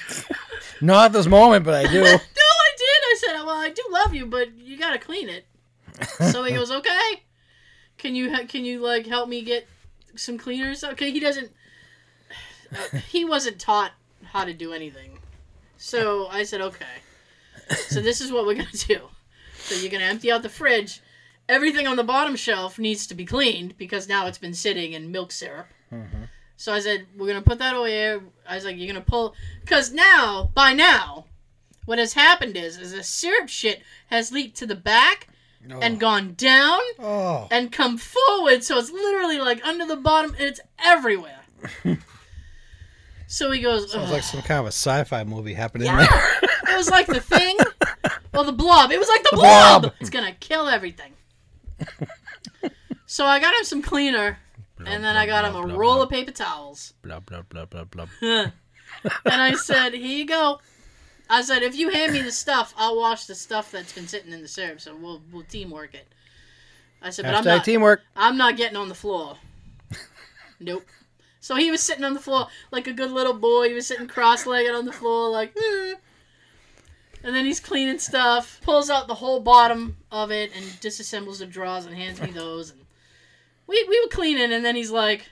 [SPEAKER 3] (laughs) Not at this moment, but I (laughs)
[SPEAKER 2] (laughs)
[SPEAKER 3] do.
[SPEAKER 2] No, I did. I said, well, I do love you, but you got to clean it. So he goes, okay. Can you, ha- can you, like, help me get some cleaners? Okay, he doesn't, uh, he wasn't taught how to do anything. So I said, okay. So this is what we're going to do. So you're going to empty out the fridge. Everything on the bottom shelf needs to be cleaned because now it's been sitting in milk syrup. So I said, we're going to put that away. I was like, you're going to pull. Because now, by now, What has happened is, is the syrup shit has leaked to the back
[SPEAKER 3] Oh.
[SPEAKER 2] and gone down
[SPEAKER 3] oh.
[SPEAKER 2] and come forward, so it's literally like under the bottom and it's
[SPEAKER 3] (laughs)
[SPEAKER 2] everywhere. so he goes,
[SPEAKER 3] Sounds
[SPEAKER 2] "Ugh."
[SPEAKER 3] like some kind of a sci-fi movie happening
[SPEAKER 2] Yeah.
[SPEAKER 3] there.
[SPEAKER 2] (laughs) it was like the
[SPEAKER 3] (laughs)
[SPEAKER 2] thing, or the blob. It was like the, blob.
[SPEAKER 4] blob.
[SPEAKER 2] It's gonna kill everything. so I got him some
[SPEAKER 3] (laughs)
[SPEAKER 2] cleaner, and then I got him a roll of paper towels.
[SPEAKER 3] Blah blah blah blah blah.
[SPEAKER 2] and I said, "Here you go." I said, "If you hand me the stuff, I'll wash the stuff that's been sitting in the syrup. So we'll we'll teamwork it." I said, "But I'm
[SPEAKER 3] Hashtag
[SPEAKER 2] not.
[SPEAKER 3] teamwork.
[SPEAKER 2] I'm not getting on the floor." nope. So he was sitting on the floor like a good little boy. He was sitting cross-legged on the floor, like. "Eh." And then he's cleaning stuff, pulls out the whole bottom of it, and disassembles the drawers and hands me those. And we we were cleaning, and then he's like,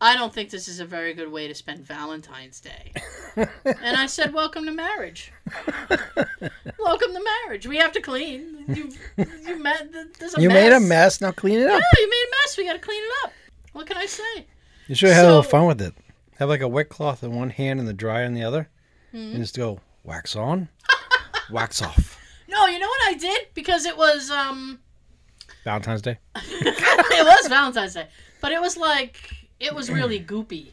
[SPEAKER 2] I don't think this is a very good way to spend Valentine's Day. and I said, Welcome to
[SPEAKER 3] (laughs)
[SPEAKER 2] marriage. Welcome to marriage. We have to clean. You, you, ma- th- there's a
[SPEAKER 3] You
[SPEAKER 2] mess.
[SPEAKER 3] made a mess. Now clean it up.
[SPEAKER 2] Yeah, Oh, you made a mess. We got to clean it up. What can I say?
[SPEAKER 3] You should have had a little
[SPEAKER 2] So-
[SPEAKER 3] fun with it. Have like a wet cloth in one hand and the dryer in the other,
[SPEAKER 2] Hmm.
[SPEAKER 3] and just go wax
[SPEAKER 2] (laughs)
[SPEAKER 3] on, wax off.
[SPEAKER 2] No, you know what I did? Because it was, um, (laughs)
[SPEAKER 3] Valentine's Day.
[SPEAKER 2] it was Valentine's Day. But it was like, it was really goopy.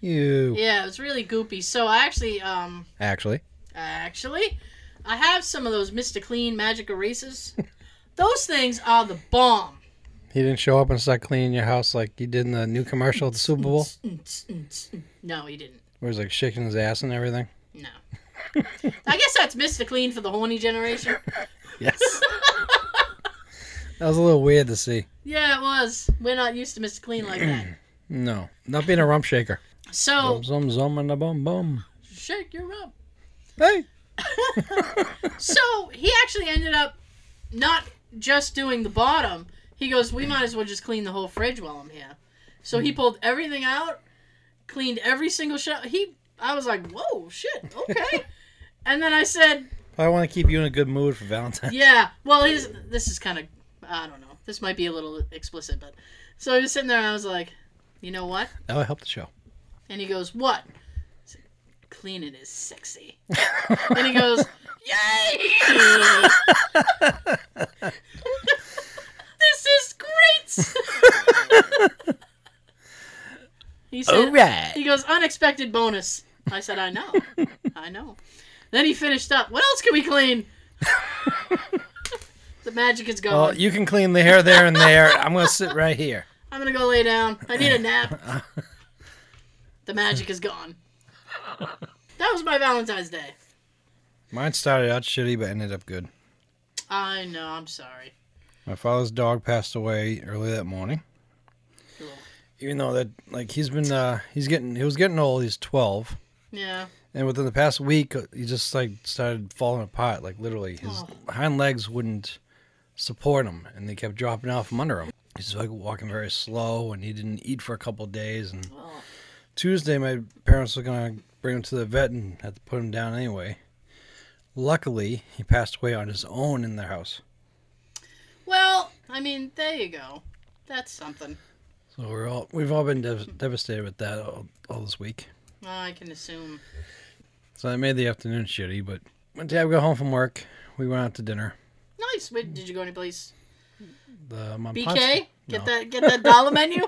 [SPEAKER 3] You
[SPEAKER 2] Yeah, it was really goopy. So I actually, um,
[SPEAKER 3] actually.
[SPEAKER 2] Actually, I have some of those Mr. Clean magic erasers. those things are the bomb.
[SPEAKER 3] He didn't show up and start cleaning your house like he did in the new commercial at the
[SPEAKER 2] (laughs)
[SPEAKER 3] Super Bowl,
[SPEAKER 2] mm, No, he didn't.
[SPEAKER 3] where he's like shaking his ass and everything.
[SPEAKER 2] No. I guess that's Mr. Clean for the horny generation. (laughs)
[SPEAKER 3] Yes. (laughs) that was a little weird to see.
[SPEAKER 2] Yeah, it was. We're not used to Mr. Clean like that.
[SPEAKER 3] No, not being a rump shaker.
[SPEAKER 2] So,
[SPEAKER 3] Zum zum zum and a bum bum.
[SPEAKER 2] shake your rump. (laughs)
[SPEAKER 3] Hey.
[SPEAKER 2] So, he actually ended up not just doing the bottom. He goes, We might as well just clean the whole fridge while I'm here. So, he pulled everything out, cleaned every single shelf. He, I was like, Whoa, shit, okay. and then I said,
[SPEAKER 3] I want to keep you in a good mood for Valentine's.
[SPEAKER 2] Yeah. Well, his this is kind of I don't know. This might be a little explicit, but so I was sitting there and I was like, you know what?
[SPEAKER 3] That would help the show.
[SPEAKER 2] And he goes, what? I said, Cleaning is sexy. and
[SPEAKER 3] (laughs)
[SPEAKER 2] he goes, yay! this is great. he said,
[SPEAKER 3] right.
[SPEAKER 2] he goes, unexpected bonus. I said, I know. I know. Then he finished up. What else can we clean? the magic is gone.
[SPEAKER 3] Well, you can clean the hair there and there. I'm gonna sit right here.
[SPEAKER 2] I'm going to go lay down. I need a nap. the magic is gone. That was my Valentine's Day.
[SPEAKER 3] Mine started out shitty but ended up good.
[SPEAKER 2] I know. I'm sorry.
[SPEAKER 3] My father's dog passed away early that morning.
[SPEAKER 2] Cool.
[SPEAKER 3] Even though that, like, he's been, uh, he's getting, he was getting old. He's 12,
[SPEAKER 2] Yeah.
[SPEAKER 3] and within the past week, uh, he just like started falling apart. Like literally, his hind legs wouldn't support him, and they kept dropping out from under him. He's like walking very slow, and he didn't eat for a couple of days. And
[SPEAKER 2] Well,
[SPEAKER 3] Tuesday, my parents were gonna bring him to the vet and had to put him down anyway. Luckily, he passed away on his own in their house.
[SPEAKER 2] well, I mean, there you go. That's something.
[SPEAKER 3] So we're all we've all been dev- devastated with that all, all this week.
[SPEAKER 2] I can assume.
[SPEAKER 3] So I made the afternoon shitty, but when Tab got home from work, we went out to dinner.
[SPEAKER 2] Nice. Wait, did you go anyplace?
[SPEAKER 3] The Mont
[SPEAKER 2] BK?
[SPEAKER 3] Ponce-
[SPEAKER 2] Get
[SPEAKER 3] No.
[SPEAKER 2] that get that dollar
[SPEAKER 3] (laughs)
[SPEAKER 2] menu?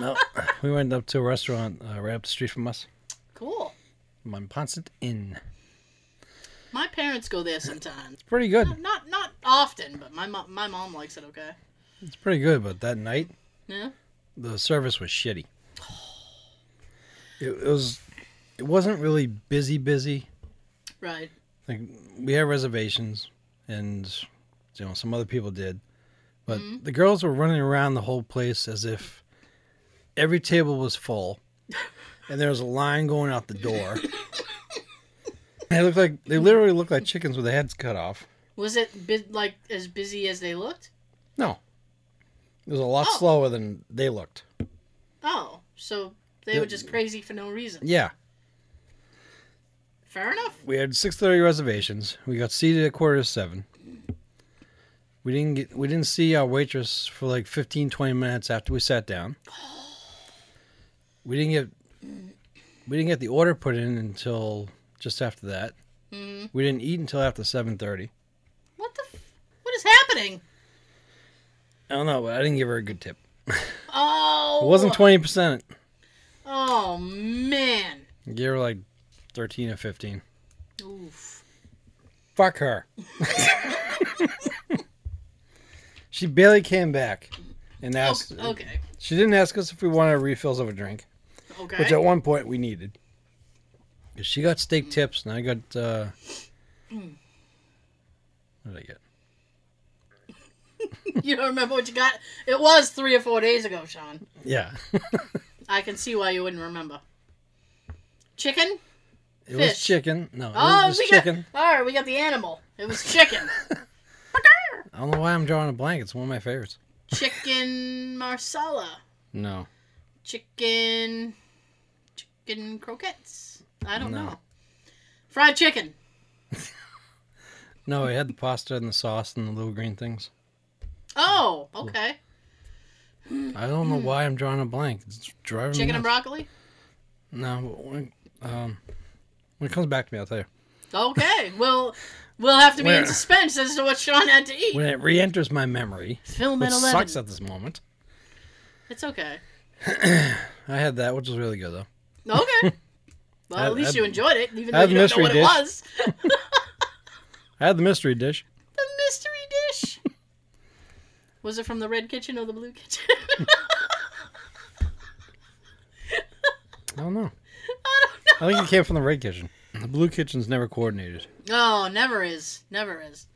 [SPEAKER 3] no, we went up to a restaurant uh, right up the street from us,
[SPEAKER 2] Cool.
[SPEAKER 3] Montponset Inn.
[SPEAKER 2] My parents go there sometimes.
[SPEAKER 3] It's pretty good.
[SPEAKER 2] Not not often, but my mom my mom likes it. Okay.
[SPEAKER 3] It's pretty good, but that night
[SPEAKER 2] Yeah.
[SPEAKER 3] the service was shitty. It, it was. It wasn't really busy, busy.
[SPEAKER 2] Right.
[SPEAKER 3] Like we had reservations, and you know some other people did, but the girls were running around the whole place as if every table was full, and there was a line going out the door. they looked like they literally looked like chickens with their heads cut off.
[SPEAKER 2] Was it bu- like as busy as they looked?
[SPEAKER 3] No, it was a lot
[SPEAKER 2] Oh.
[SPEAKER 3] slower than they looked.
[SPEAKER 2] Oh, so they
[SPEAKER 3] Yeah.
[SPEAKER 2] were just crazy for no reason.
[SPEAKER 3] Yeah,
[SPEAKER 2] Fair enough.
[SPEAKER 3] we had six thirty reservations. We got seated at quarter to seven. We didn't get we didn't see our waitress for like 15, 20 minutes after we sat down. We didn't get we didn't get the order put in until just after that.
[SPEAKER 2] Mhm.
[SPEAKER 3] We didn't eat until after seven thirty.
[SPEAKER 2] What the? F- what is happening?
[SPEAKER 3] I don't know, but I didn't give her a good tip.
[SPEAKER 2] Oh.
[SPEAKER 3] It wasn't twenty percent.
[SPEAKER 2] Oh man.
[SPEAKER 3] Give her like thirteen or fifteen.
[SPEAKER 2] Oof.
[SPEAKER 3] Fuck her. she barely came back and asked.
[SPEAKER 2] Oh, Okay. Okay.
[SPEAKER 3] She didn't ask us if we wanted refills of a drink,
[SPEAKER 2] okay. (laughs)
[SPEAKER 3] which at one point we needed. 'Cause She got steak tips, and I got. Uh, what did I get?
[SPEAKER 2] you don't remember what you got? It was three or four days ago, Sean.
[SPEAKER 3] Yeah,
[SPEAKER 2] I can see why you wouldn't remember. Chicken?
[SPEAKER 3] it was
[SPEAKER 2] Fish.
[SPEAKER 3] chicken. No, it
[SPEAKER 2] Oh,
[SPEAKER 3] was
[SPEAKER 2] we
[SPEAKER 3] chicken.
[SPEAKER 2] got. All right, we got the animal. It was
[SPEAKER 3] (laughs)
[SPEAKER 2] chicken.
[SPEAKER 3] I don't know why I'm drawing a blank. It's one of my favorites.
[SPEAKER 2] chicken marsala.
[SPEAKER 3] No,
[SPEAKER 2] Chicken. Chicken croquettes. I don't
[SPEAKER 3] No.
[SPEAKER 2] know. Fried chicken.
[SPEAKER 3] no, it had the pasta and the sauce and the little green things.
[SPEAKER 2] Oh, okay.
[SPEAKER 3] I don't know why I'm drawing a blank. It's driving me
[SPEAKER 2] Hmm. Chicken and
[SPEAKER 3] nuts.
[SPEAKER 2] broccoli.
[SPEAKER 3] No, but when, um, when it comes back to me, I'll tell you.
[SPEAKER 2] Okay. Well, we'll have to be
[SPEAKER 3] Where?
[SPEAKER 2] in suspense as to what Sean had to eat.
[SPEAKER 3] When it re-enters my memory,
[SPEAKER 2] Film
[SPEAKER 3] which
[SPEAKER 2] at eleven.
[SPEAKER 3] sucks at this moment.
[SPEAKER 2] It's okay.
[SPEAKER 3] I had that, which was really good though. (laughs)
[SPEAKER 2] Okay. Well,
[SPEAKER 3] I-
[SPEAKER 2] at least
[SPEAKER 3] I-
[SPEAKER 2] you enjoyed it, even
[SPEAKER 3] I
[SPEAKER 2] though
[SPEAKER 3] have
[SPEAKER 2] you don't know
[SPEAKER 3] mystery
[SPEAKER 2] what it
[SPEAKER 3] dish.
[SPEAKER 2] was.
[SPEAKER 3] I had the mystery dish.
[SPEAKER 2] The mystery dish. was it from the red kitchen or the blue kitchen? (laughs)
[SPEAKER 3] I don't know. I think it came from the red kitchen. The blue kitchen's never coordinated.
[SPEAKER 2] oh, never is. Never is.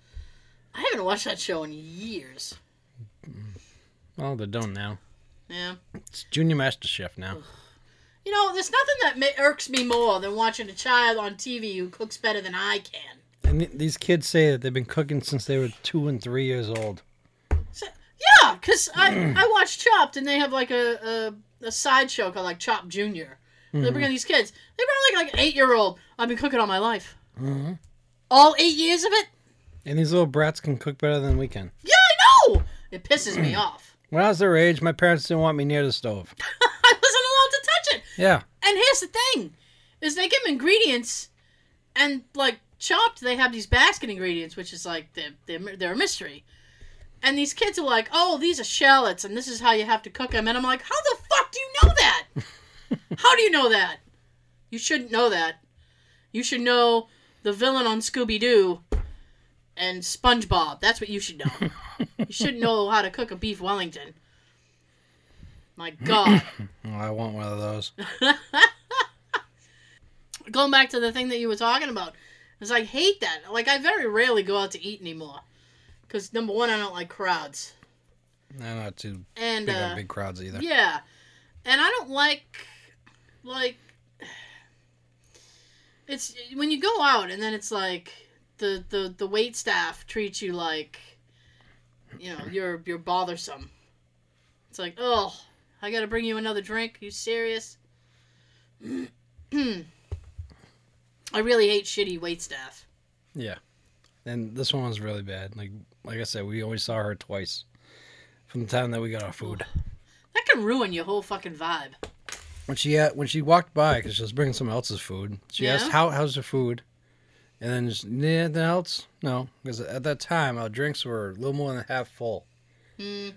[SPEAKER 2] I haven't watched that show in years.
[SPEAKER 3] Well, they don't now.
[SPEAKER 2] Yeah.
[SPEAKER 3] It's Junior Master Chef now.
[SPEAKER 2] You know, there's nothing that ma- irks me more than watching a child on TV who cooks better than I can.
[SPEAKER 3] And th- these kids say that they've been cooking since they were two and three years old.
[SPEAKER 2] So, yeah, because I, I watch Chopped and they have like a, a, a side show called like Chopped Junior. They bring in these kids. They bring like like eight year old. I've been cooking all my life.
[SPEAKER 3] Mhm.
[SPEAKER 2] All eight years of it?
[SPEAKER 3] And these little brats can cook better than we can.
[SPEAKER 2] Yeah, I know. It pisses me off.
[SPEAKER 3] When I was their age, my parents didn't want me near the stove.
[SPEAKER 2] (laughs) I wasn't allowed to touch it.
[SPEAKER 3] Yeah.
[SPEAKER 2] And here's the thing, is they give them ingredients, and like chopped, they have these basket ingredients, which is like they're, they're, they're a mystery. And these kids are like, oh, these are shallots, and this is how you have to cook them. And I'm like, how the fuck do you know that? how do you know that? You shouldn't know that. You should know the villain on Scooby Doo and SpongeBob. That's what you should know. you should know how to cook a beef Wellington. My God.
[SPEAKER 3] Oh, I want one of those.
[SPEAKER 2] going back to the thing that you were talking about is I hate that. Like I very rarely go out to eat anymore because number one, I don't like crowds,
[SPEAKER 3] I'm not too
[SPEAKER 2] and
[SPEAKER 3] big on
[SPEAKER 2] uh,
[SPEAKER 3] big crowds either.
[SPEAKER 2] yeah, and I don't like like it's when you go out and then it's like the the the wait staff treats you like you know you're you're bothersome. It's like oh, I gotta bring you another drink. you serious? (clears throat) I really hate shitty wait staff.
[SPEAKER 3] Yeah. And this one was really bad. Like like I said, we only saw her twice from the time that we got our food.
[SPEAKER 2] That can ruin your whole fucking vibe.
[SPEAKER 3] When she uh, when she walked by because she was bringing someone else's food, she
[SPEAKER 2] Yeah.
[SPEAKER 3] asked how how's the food, and then just anything else? No, because at that time our drinks were a little more than half full.
[SPEAKER 2] Mm,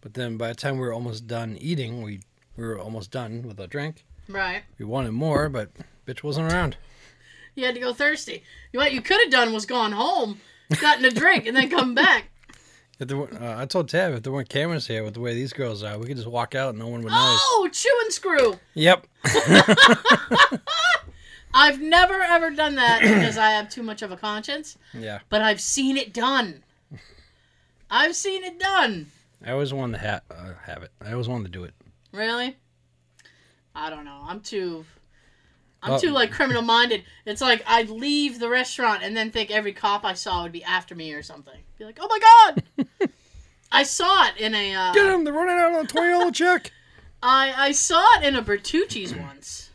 [SPEAKER 3] But then by the time we were almost done eating, we we were almost done with our drink.
[SPEAKER 2] right.
[SPEAKER 3] We wanted more, but bitch wasn't around.
[SPEAKER 2] You had to go thirsty. You know What you could have done was gone home, gotten a drink, and then come back.
[SPEAKER 3] If there, weren't- uh, I told Tab if there weren't cameras here with the way these girls are, we could just walk out and no one would notice.
[SPEAKER 2] (gasps) Oh, chew and screw.
[SPEAKER 3] Yep.
[SPEAKER 2] I've never ever done that because I have too much of a conscience,
[SPEAKER 3] Yeah,
[SPEAKER 2] but I've seen it done. I've seen it done.
[SPEAKER 3] I always wanted to ha- uh, have it. I always wanted to do it.
[SPEAKER 2] Really? I don't know. I'm too. I'm
[SPEAKER 3] Oh.
[SPEAKER 2] too like criminal minded. It's like I leave the restaurant and then think every cop I saw would be after me or something. Be like, oh my god, I saw it in a. Uh,
[SPEAKER 3] Get them! They're running out on a twenty dollar check.
[SPEAKER 2] I I saw it in a Bertucci's once.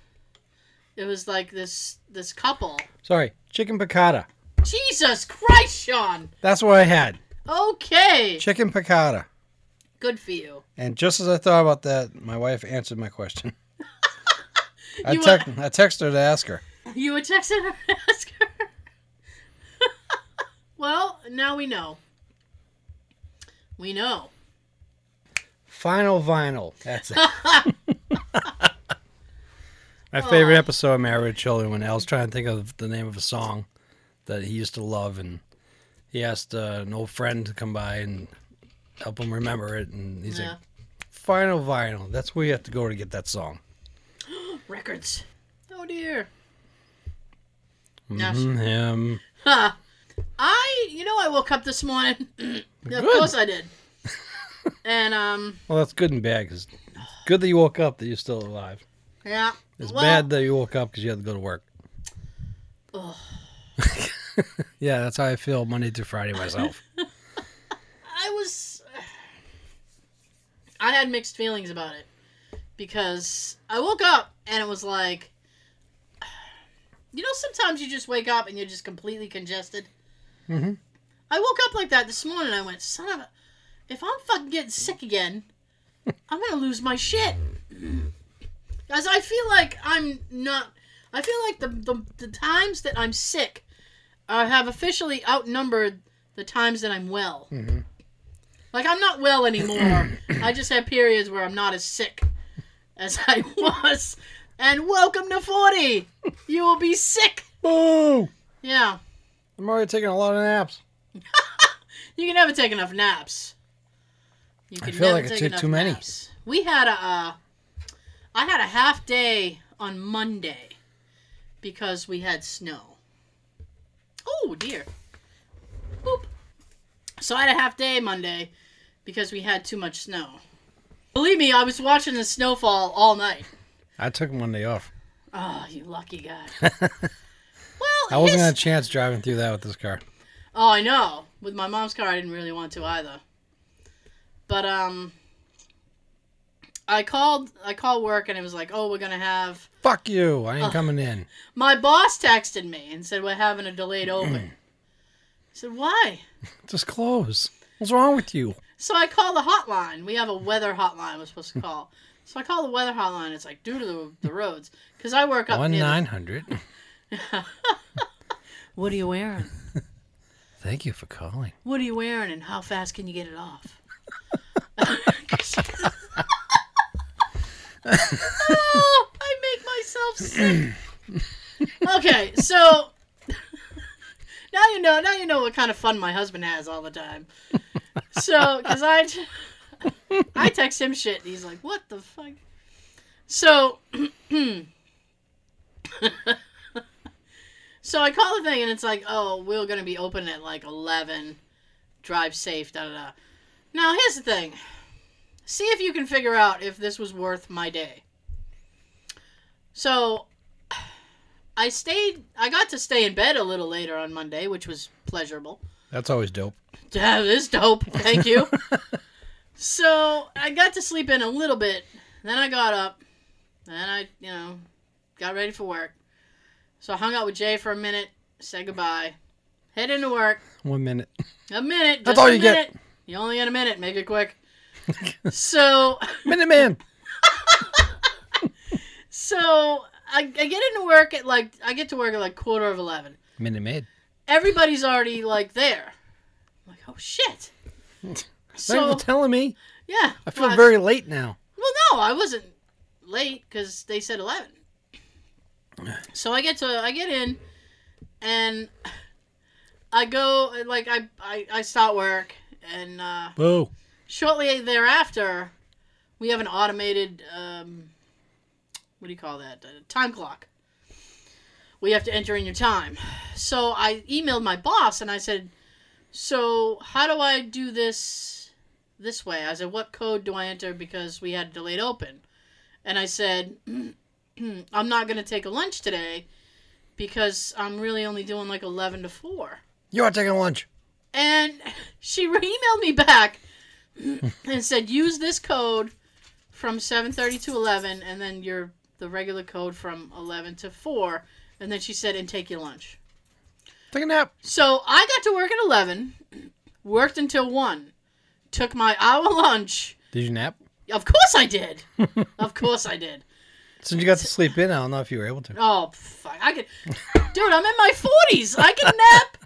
[SPEAKER 2] It was like this this couple.
[SPEAKER 3] (laughs) Sorry, chicken piccata.
[SPEAKER 2] Jesus Christ, Sean.
[SPEAKER 3] That's what I had.
[SPEAKER 2] Okay,
[SPEAKER 3] Chicken piccata.
[SPEAKER 2] good for you.
[SPEAKER 3] And just as I thought about that, my wife answered my (laughs) question. I,
[SPEAKER 2] You
[SPEAKER 3] tec- I texted her to ask her.
[SPEAKER 2] You were texting her, ask her. (laughs) Well, now we know. We know.
[SPEAKER 3] Final vinyl. (laughs) That's it. My favorite episode of Married with Children when I was trying to think of the name of a song that he used to love, and he asked uh, an old friend to come by and help him remember it, and he's
[SPEAKER 2] Yeah.
[SPEAKER 3] like, "Final vinyl. That's where you have to go to get that song."
[SPEAKER 2] Records. Oh dear. Gosh.
[SPEAKER 3] Mhm, him.
[SPEAKER 2] Huh. I, you know, I woke up this morning. (clears throat) of course I did. and um,
[SPEAKER 3] Well, that's good and bad because good that you woke up that you're still alive.
[SPEAKER 2] yeah.
[SPEAKER 3] It's
[SPEAKER 2] well,
[SPEAKER 3] bad that you woke up because you had to go to work.
[SPEAKER 2] Ugh.
[SPEAKER 3] yeah, that's how I feel Monday through Friday myself.
[SPEAKER 2] I was. I had mixed feelings about it because I woke up and it was like, you know, sometimes you just wake up and you're just completely congested.
[SPEAKER 3] Mhm.
[SPEAKER 2] I woke up like that this morning. I went, son of a, if I'm fucking getting sick again, I'm gonna lose my shit. Guys, I feel like I'm not. I feel like the the, the times that I'm sick, uh, have officially outnumbered the times that I'm well. Like I'm not well anymore. I just have periods where I'm not as sick as I (laughs) was. And welcome to 40. You will be sick.
[SPEAKER 3] Boo!
[SPEAKER 2] Yeah.
[SPEAKER 3] I'm already taking a lot of naps.
[SPEAKER 2] You can never take enough naps. You
[SPEAKER 3] I feel like I took too many.
[SPEAKER 2] naps. We had a, uh, I had a half day on Monday because we had snow. Oh dear. Boop. So I had a half day Monday because we had too much snow. Believe me, I was watching the snowfall all night.
[SPEAKER 3] I took Monday off.
[SPEAKER 2] Oh, you lucky
[SPEAKER 3] (laughs)
[SPEAKER 2] guy. well,
[SPEAKER 3] I wasn't
[SPEAKER 2] his-
[SPEAKER 3] gonna chance driving through that with this car.
[SPEAKER 2] Oh, I know. With my mom's car, I didn't really want to either. But um, I called. I called work, and it was like, "Oh, we're gonna have."
[SPEAKER 3] Fuck you! I ain't coming in.
[SPEAKER 2] My boss texted me and said we're having a delayed
[SPEAKER 3] (clears throat)
[SPEAKER 2] open. I said why?
[SPEAKER 3] Just close. What's wrong with you?
[SPEAKER 2] So I call the hotline. We have a weather hotline. We're supposed
[SPEAKER 3] Hmm.
[SPEAKER 2] to call. so I call the weather hotline. It's like due to the, the roads because I work up
[SPEAKER 3] One
[SPEAKER 2] near. the-
[SPEAKER 3] nine hundred.
[SPEAKER 2] What are you wearing?
[SPEAKER 3] Thank you for calling.
[SPEAKER 2] What are you wearing, and how fast can you get it off? (laughs) oh, I make myself sick. Okay, so (laughs) now you know. Now you know what kind of fun my husband has all the time. So, because I, (laughs) I text him shit, and he's like, "What the fuck?" So, (clears throat) so I call the thing, and it's like, "Oh, we're gonna be open at like eleven. Drive safe." Da da da. Now here's the thing. See if you can figure out if this was worth my day. So, I stayed. I got to stay in bed a little later on Monday, which was pleasurable. (laughs)
[SPEAKER 3] That's always dope.
[SPEAKER 2] That is dope. Thank you. so I got to sleep in a little bit. Then I got up. Then I, you know, got ready for work. So I hung out with Jay for a minute, said goodbye, head into work.
[SPEAKER 3] One minute.
[SPEAKER 2] A minute. Just
[SPEAKER 3] That's all
[SPEAKER 2] a
[SPEAKER 3] you get.
[SPEAKER 2] minute. You only get a minute. Make it
[SPEAKER 3] (laughs)
[SPEAKER 2] quick. so
[SPEAKER 3] Minute man.
[SPEAKER 2] so I, I get into work at like I get to work at like quarter of eleven.
[SPEAKER 3] Minute maid.
[SPEAKER 2] Everybody's already like there. I'm like, oh
[SPEAKER 3] (laughs)
[SPEAKER 2] shit.
[SPEAKER 3] Thank you
[SPEAKER 2] So
[SPEAKER 3] for telling me.
[SPEAKER 2] yeah,
[SPEAKER 3] I feel
[SPEAKER 2] well,
[SPEAKER 3] very late now.
[SPEAKER 2] Well, no, I wasn't late because they said
[SPEAKER 3] (sighs)
[SPEAKER 2] eleven. So I get to I get in, and I go like I I, I start work, and uh,
[SPEAKER 3] Boo.
[SPEAKER 2] shortly thereafter, we have an automated um, what do you call that uh, time clock. We have to enter in your time. So I emailed my boss and I said, "So how do I do this this way?" I said, "What code do I enter because we had delayed open?" And I said, (clears throat) "I'm not going to take a lunch today because I'm really only doing like 11 to 4."
[SPEAKER 3] You are taking lunch.
[SPEAKER 2] And she (laughs) re- emailed me back and said, use this code from 7.30 to 11 and then your the regular code from 11 to 4. And then she said, and take your lunch.
[SPEAKER 3] Take a nap.
[SPEAKER 2] So I got to work at 11, worked until 1, took my hour lunch.
[SPEAKER 3] Did you nap?
[SPEAKER 2] Of course I did. of course I did.
[SPEAKER 3] Since you got to sleep in, I don't know if you were able to.
[SPEAKER 2] Oh, fuck. I could. Dude, I'm in my 40s. I can nap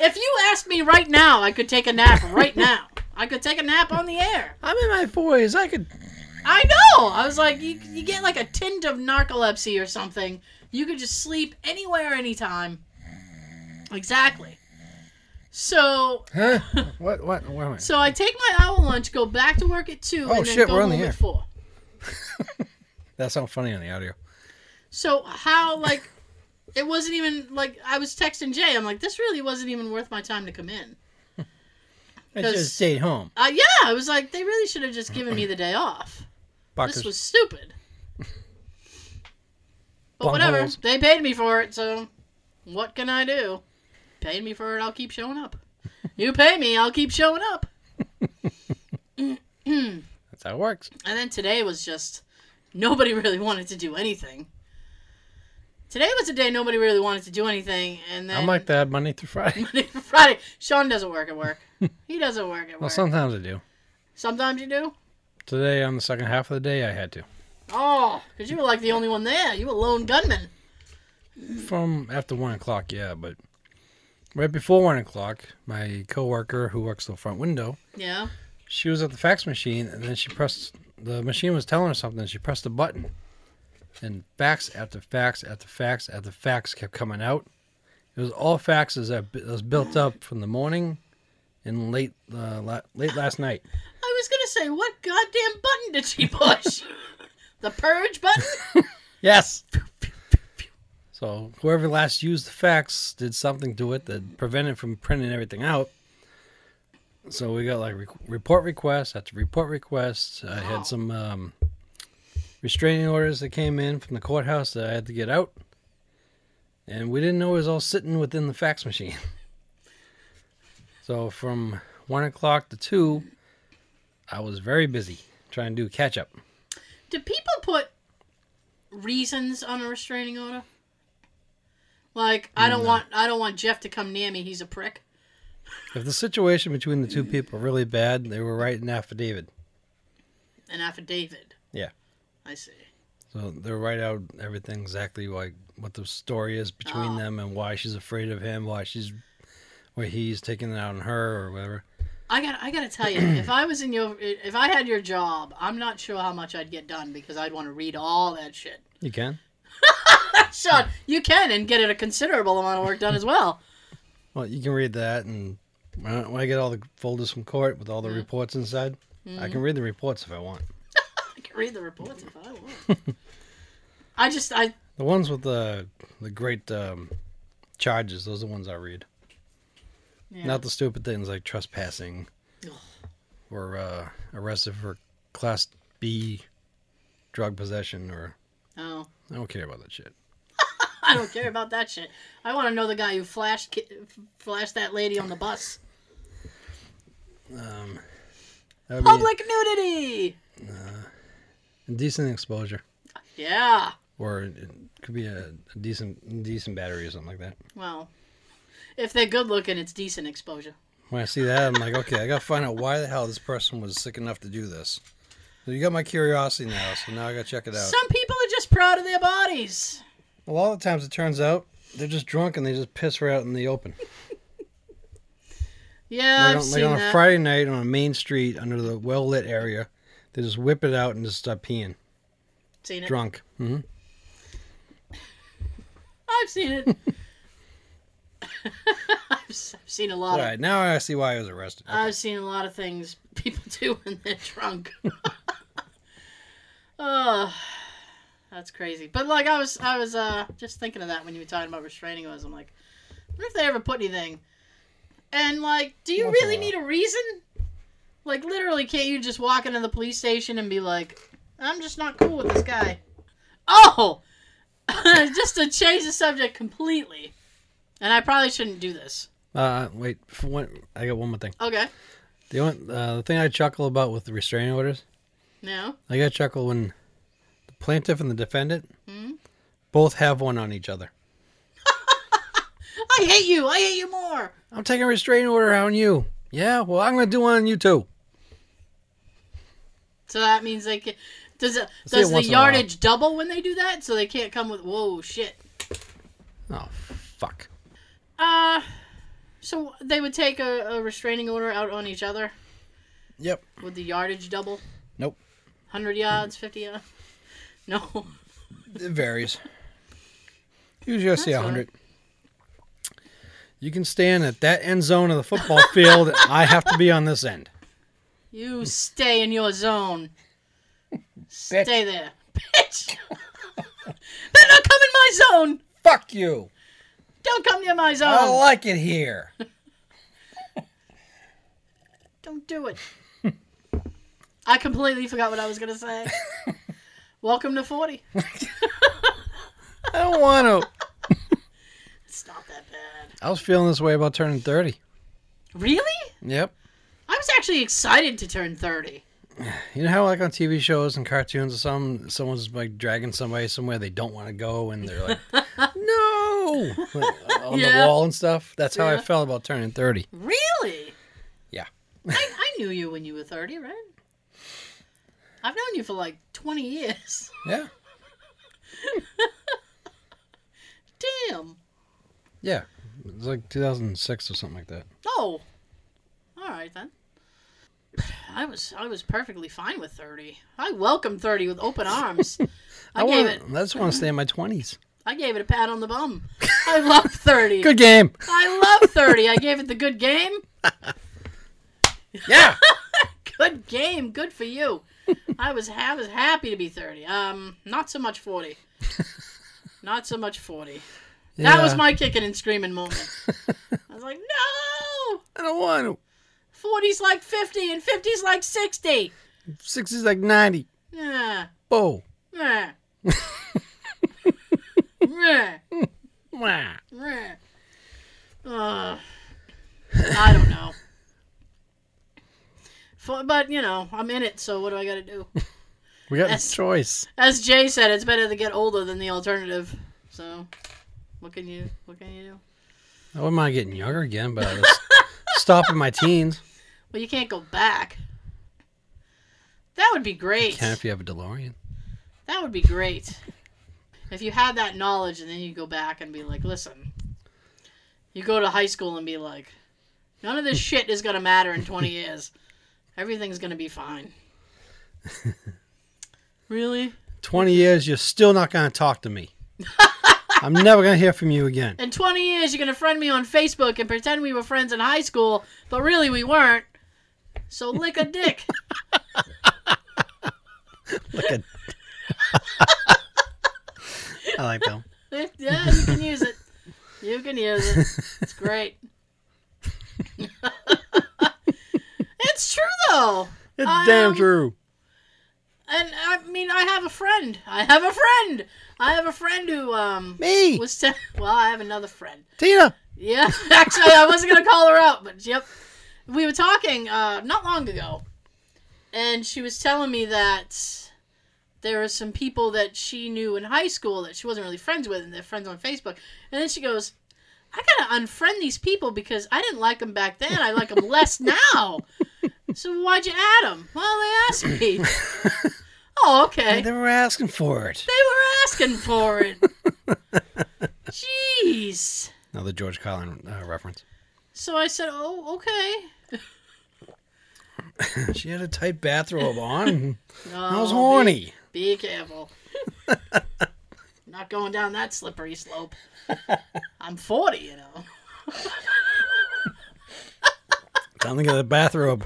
[SPEAKER 2] If you asked me right now, I could take a nap right now. I could take a nap on the air.
[SPEAKER 3] I'm in my boys. I could.
[SPEAKER 2] I know. I was like, you, you get like a tint of narcolepsy or something. You could just sleep anywhere, anytime. Exactly. So,
[SPEAKER 3] Huh? What? What? Where am I?
[SPEAKER 2] so I take my owl lunch, go back to work at two,
[SPEAKER 3] Oh,
[SPEAKER 2] and then
[SPEAKER 3] shit,
[SPEAKER 2] go
[SPEAKER 3] we're on
[SPEAKER 2] home
[SPEAKER 3] the air.
[SPEAKER 2] at four.
[SPEAKER 3] That's not funny on the audio.
[SPEAKER 2] So how like, it wasn't even like I was texting Jay. I'm like, this really wasn't even worth my time to come in.
[SPEAKER 3] I
[SPEAKER 2] Because-
[SPEAKER 3] just stayed home.
[SPEAKER 2] Uh, yeah, I was like, they really should have just given me the day off. This
[SPEAKER 3] Fuckers.
[SPEAKER 2] was stupid. But
[SPEAKER 3] Bung
[SPEAKER 2] whatever,
[SPEAKER 3] holes.
[SPEAKER 2] they paid me for it, so what can I do? Paid me for it, I'll keep showing up. you pay me, I'll keep showing up. (clears throat)
[SPEAKER 3] That's how it works.
[SPEAKER 2] And then today was just nobody (laughs) really wanted to do anything. Today was a day nobody really wanted to do anything, and then
[SPEAKER 3] I'm like that Monday through (laughs) Friday.
[SPEAKER 2] (laughs) Friday, Sean doesn't work at
[SPEAKER 3] (laughs)
[SPEAKER 2] work. he doesn't work at
[SPEAKER 3] Well,
[SPEAKER 2] work.
[SPEAKER 3] sometimes I do.
[SPEAKER 2] Sometimes you do.
[SPEAKER 3] Today, on the second half of the day, I had to.
[SPEAKER 2] Oh, because you were like the only one there. You were a lone gunman.
[SPEAKER 3] From after one o'clock, yeah, but right before one o'clock, my coworker who works the front window,
[SPEAKER 2] Yeah.
[SPEAKER 3] she was at the fax machine, and then she pressed the machine was telling her something. She pressed the button, and fax after fax after fax after fax kept coming out. It was all faxes that bu- that was built up from the morning and late uh, la- late last night.
[SPEAKER 2] I was gonna say, what goddamn button did she push? the purge button?
[SPEAKER 3] Yes. So whoever last used the fax did something to it that prevented from printing everything out. So we got like re- report requests after report requests. I
[SPEAKER 2] Wow.
[SPEAKER 3] had some um, restraining orders that came in from the courthouse that I had to get out, and we didn't know it was all sitting within the fax machine. (laughs) so from one o'clock to two, I was very busy trying to do catch up.
[SPEAKER 2] Do people put reasons on a restraining order? Like, I don't want I don't want Jeff to come near me, he's a prick.
[SPEAKER 3] If the situation between the two people really bad, they were writing affidavit.
[SPEAKER 2] An affidavit.
[SPEAKER 3] Yeah.
[SPEAKER 2] I see.
[SPEAKER 3] So they write out everything exactly like what the story is between them and why she's afraid of him, why she's why he's taking it out on her or whatever.
[SPEAKER 2] I got I gotta tell you, if I was in your if I had your job, I'm not sure how much I'd get done because I'd want to read all that shit.
[SPEAKER 3] You can.
[SPEAKER 2] Sean, you can and get it a considerable amount of work done as well.
[SPEAKER 3] Well, you can read that and when I, when I get all the folders from court with all the reports inside, I can read the reports if I want.
[SPEAKER 2] I can read the reports if I want. I just I
[SPEAKER 3] The ones with the the great um, charges, those are the ones I read.
[SPEAKER 2] yeah.
[SPEAKER 3] Not the stupid things like trespassing
[SPEAKER 2] Ugh.
[SPEAKER 3] or uh, arrested for class B drug possession or
[SPEAKER 2] Oh,
[SPEAKER 3] I don't care about that shit.
[SPEAKER 2] (laughs) I don't care about that shit. I want to know the guy who flashed ki- flashed that lady on the bus.
[SPEAKER 3] Um, that would be
[SPEAKER 2] Public nudity.
[SPEAKER 3] decent exposure
[SPEAKER 2] Yeah.
[SPEAKER 3] or it it could be a, a decent decent battery or something like that.
[SPEAKER 2] Well, if they're good looking, it's decent exposure.
[SPEAKER 3] When I see that, I'm like, okay, I gotta find out why the hell this person was sick enough to do this. So you got my curiosity now, so now I gotta check it out.
[SPEAKER 2] Some people are just proud of their bodies.
[SPEAKER 3] A lot of times it turns out they're just drunk and they just piss right out in the open.
[SPEAKER 2] Yeah,
[SPEAKER 3] like
[SPEAKER 2] I've
[SPEAKER 3] on, like
[SPEAKER 2] seen
[SPEAKER 3] on a
[SPEAKER 2] that.
[SPEAKER 3] Friday night on a main street under the well lit area, they just whip it out and just start peeing.
[SPEAKER 2] seen it.
[SPEAKER 3] Drunk. hmm
[SPEAKER 2] I've seen
[SPEAKER 3] (laughs)
[SPEAKER 2] it. (laughs) I've, s- I've seen a lot
[SPEAKER 3] All
[SPEAKER 2] of.
[SPEAKER 3] right, now I see why I was arrested.
[SPEAKER 2] I've seen a lot of things (laughs) people do when they're drunk. oh, that's crazy. But like I was, I was uh, just thinking of that when you were talking about restraining orders. I'm like, I wonder if they ever put anything. And like, do you
[SPEAKER 3] Once in a
[SPEAKER 2] really
[SPEAKER 3] while.
[SPEAKER 2] need a reason? Like, literally, can't you just walk into the police station and be like, "I'm just not cool with this guy"? Oh, (laughs) just to change the subject completely. And I probably shouldn't do this.
[SPEAKER 3] Uh, wait, for one, I got one more thing.
[SPEAKER 2] Okay.
[SPEAKER 3] The only, uh, the thing I chuckle about with the restraining orders,
[SPEAKER 2] No.
[SPEAKER 3] I got to chuckle when the plaintiff and the defendant
[SPEAKER 2] Hmm?
[SPEAKER 3] both have one on each other.
[SPEAKER 2] I hate you. I hate you more.
[SPEAKER 3] I'm taking a restraining order on you. Yeah, well, I'm gonna do one on you too.
[SPEAKER 2] So that means they can. Does it,
[SPEAKER 3] see it
[SPEAKER 2] does the
[SPEAKER 3] once in a while.
[SPEAKER 2] yardage double when they do that? So they can't come with whoa shit.
[SPEAKER 3] Oh, fuck.
[SPEAKER 2] Uh, So they would take a, a restraining order out on each other
[SPEAKER 3] Yep.
[SPEAKER 2] with the yardage double.
[SPEAKER 3] Nope.
[SPEAKER 2] Hundred yards, fifty yards. No.
[SPEAKER 3] It varies.
[SPEAKER 4] Usually I see
[SPEAKER 2] That's
[SPEAKER 4] a hundred.
[SPEAKER 3] You can stand at that end zone of the football (laughs) field. I have to be on this end.
[SPEAKER 2] You stay in your
[SPEAKER 3] (laughs)
[SPEAKER 2] zone. Stay there. Bitch! (laughs) Better not come in my zone!
[SPEAKER 3] Fuck you.
[SPEAKER 2] Don't come near my zone!
[SPEAKER 3] I don't like it here.
[SPEAKER 2] Don't do it. I completely forgot what I was going to
[SPEAKER 3] (laughs)
[SPEAKER 2] say. Welcome to 40.
[SPEAKER 4] I don't want to.
[SPEAKER 2] It's not that bad.
[SPEAKER 3] I was feeling this way about turning 30.
[SPEAKER 2] Really?
[SPEAKER 3] Yep.
[SPEAKER 2] I was actually excited to turn 30.
[SPEAKER 3] You know how like on TV shows and cartoons or something, someone's like dragging somebody somewhere they don't want to go and they're
[SPEAKER 2] (laughs)
[SPEAKER 3] like, no, Like, on
[SPEAKER 2] Yeah.
[SPEAKER 3] the wall and stuff. That's how I
[SPEAKER 2] Yeah.
[SPEAKER 3] felt about turning 30.
[SPEAKER 2] Really?
[SPEAKER 3] Yeah.
[SPEAKER 2] I, I knew you when you were 30, right? I've known you for like 20 years.
[SPEAKER 3] Yeah.
[SPEAKER 2] Damn.
[SPEAKER 3] Yeah. It was like 2006 or something like that.
[SPEAKER 2] Oh. All right then. I was I was perfectly fine with 30. I welcomed 30 with open arms. I,
[SPEAKER 3] (laughs) I,
[SPEAKER 2] gave
[SPEAKER 3] wanna,
[SPEAKER 2] it
[SPEAKER 3] I just want to stay in my 20s.
[SPEAKER 2] I gave it a pat on the bum. I love 30.
[SPEAKER 3] (laughs) Good
[SPEAKER 2] (laughs)
[SPEAKER 3] game.
[SPEAKER 2] I love 30. I gave it the good game.
[SPEAKER 3] Yeah.
[SPEAKER 2] Good game. Good for you. I was I was happy to be 30. Um not so much 40. Not so much 40. That was
[SPEAKER 3] Yeah.
[SPEAKER 2] my kicking and screaming moment. I was like, "No!
[SPEAKER 3] I don't want
[SPEAKER 2] 40's like 50 and 50's like 60."
[SPEAKER 3] to. 60s like 90.
[SPEAKER 2] Yeah.
[SPEAKER 3] Oh.
[SPEAKER 2] Meh. Meh.
[SPEAKER 3] Wah.
[SPEAKER 2] Meh. Ugh. Uh, I don't know. For, but, you know, I'm in it, so what do I got to do?
[SPEAKER 3] We got
[SPEAKER 2] That's-
[SPEAKER 3] a choice.
[SPEAKER 2] As Jay said, it's better to get older than the alternative. So, what can you what can you do?
[SPEAKER 3] I wouldn't mind getting younger again, but
[SPEAKER 2] (laughs)
[SPEAKER 3] I was stopping my teens.
[SPEAKER 2] Well, you can't go back. That would be great.
[SPEAKER 3] Can if you have a DeLorean.
[SPEAKER 2] That would be great. If you had that knowledge and then you go back and be like, listen, you go to high school and be like, none of this shit is going to matter in 20 years. Everything's going to be fine. really?
[SPEAKER 3] 20 years, you're still not going to talk
[SPEAKER 2] (laughs)
[SPEAKER 3] to me. I'm never going to hear from you again.
[SPEAKER 2] In 20 years, you're going to friend me on Facebook and pretend we were friends in high school, but really we weren't. So lick a dick.
[SPEAKER 3] Look at. I like them.
[SPEAKER 2] (laughs) yeah, you can use it. You can use it. It's great. (laughs) it's true though.
[SPEAKER 3] It's
[SPEAKER 2] I,
[SPEAKER 3] damn
[SPEAKER 2] um,
[SPEAKER 3] true.
[SPEAKER 2] And I mean, I have a friend. I have a friend. I have a friend who um
[SPEAKER 3] Me,
[SPEAKER 2] was te- well. I have another friend.
[SPEAKER 3] Tina.
[SPEAKER 2] Yeah, (laughs) actually, I wasn't gonna call her out, but yep, we were talking uh, not long ago, and she was telling me that there were some people that she knew in high school that she wasn't really friends with, and they're friends on Facebook. And then she goes, "I gotta unfriend these people because I didn't like them back then. I like them less now. So why'd you add them? Well, they asked me. oh, okay.
[SPEAKER 3] They were asking for it.
[SPEAKER 2] They were asking for it. Jeez."
[SPEAKER 3] Another George Collin uh, reference. (clears throat)
[SPEAKER 2] So I said, "Oh, okay."
[SPEAKER 3] She had a tight bathrobe
[SPEAKER 2] (laughs)
[SPEAKER 3] on. and
[SPEAKER 2] No,
[SPEAKER 3] I was horny.
[SPEAKER 2] Be, be careful. (laughs) Not going down that slippery
[SPEAKER 3] (laughs)
[SPEAKER 2] slope. I'm 40, you know.
[SPEAKER 3] Time to get a bathrobe.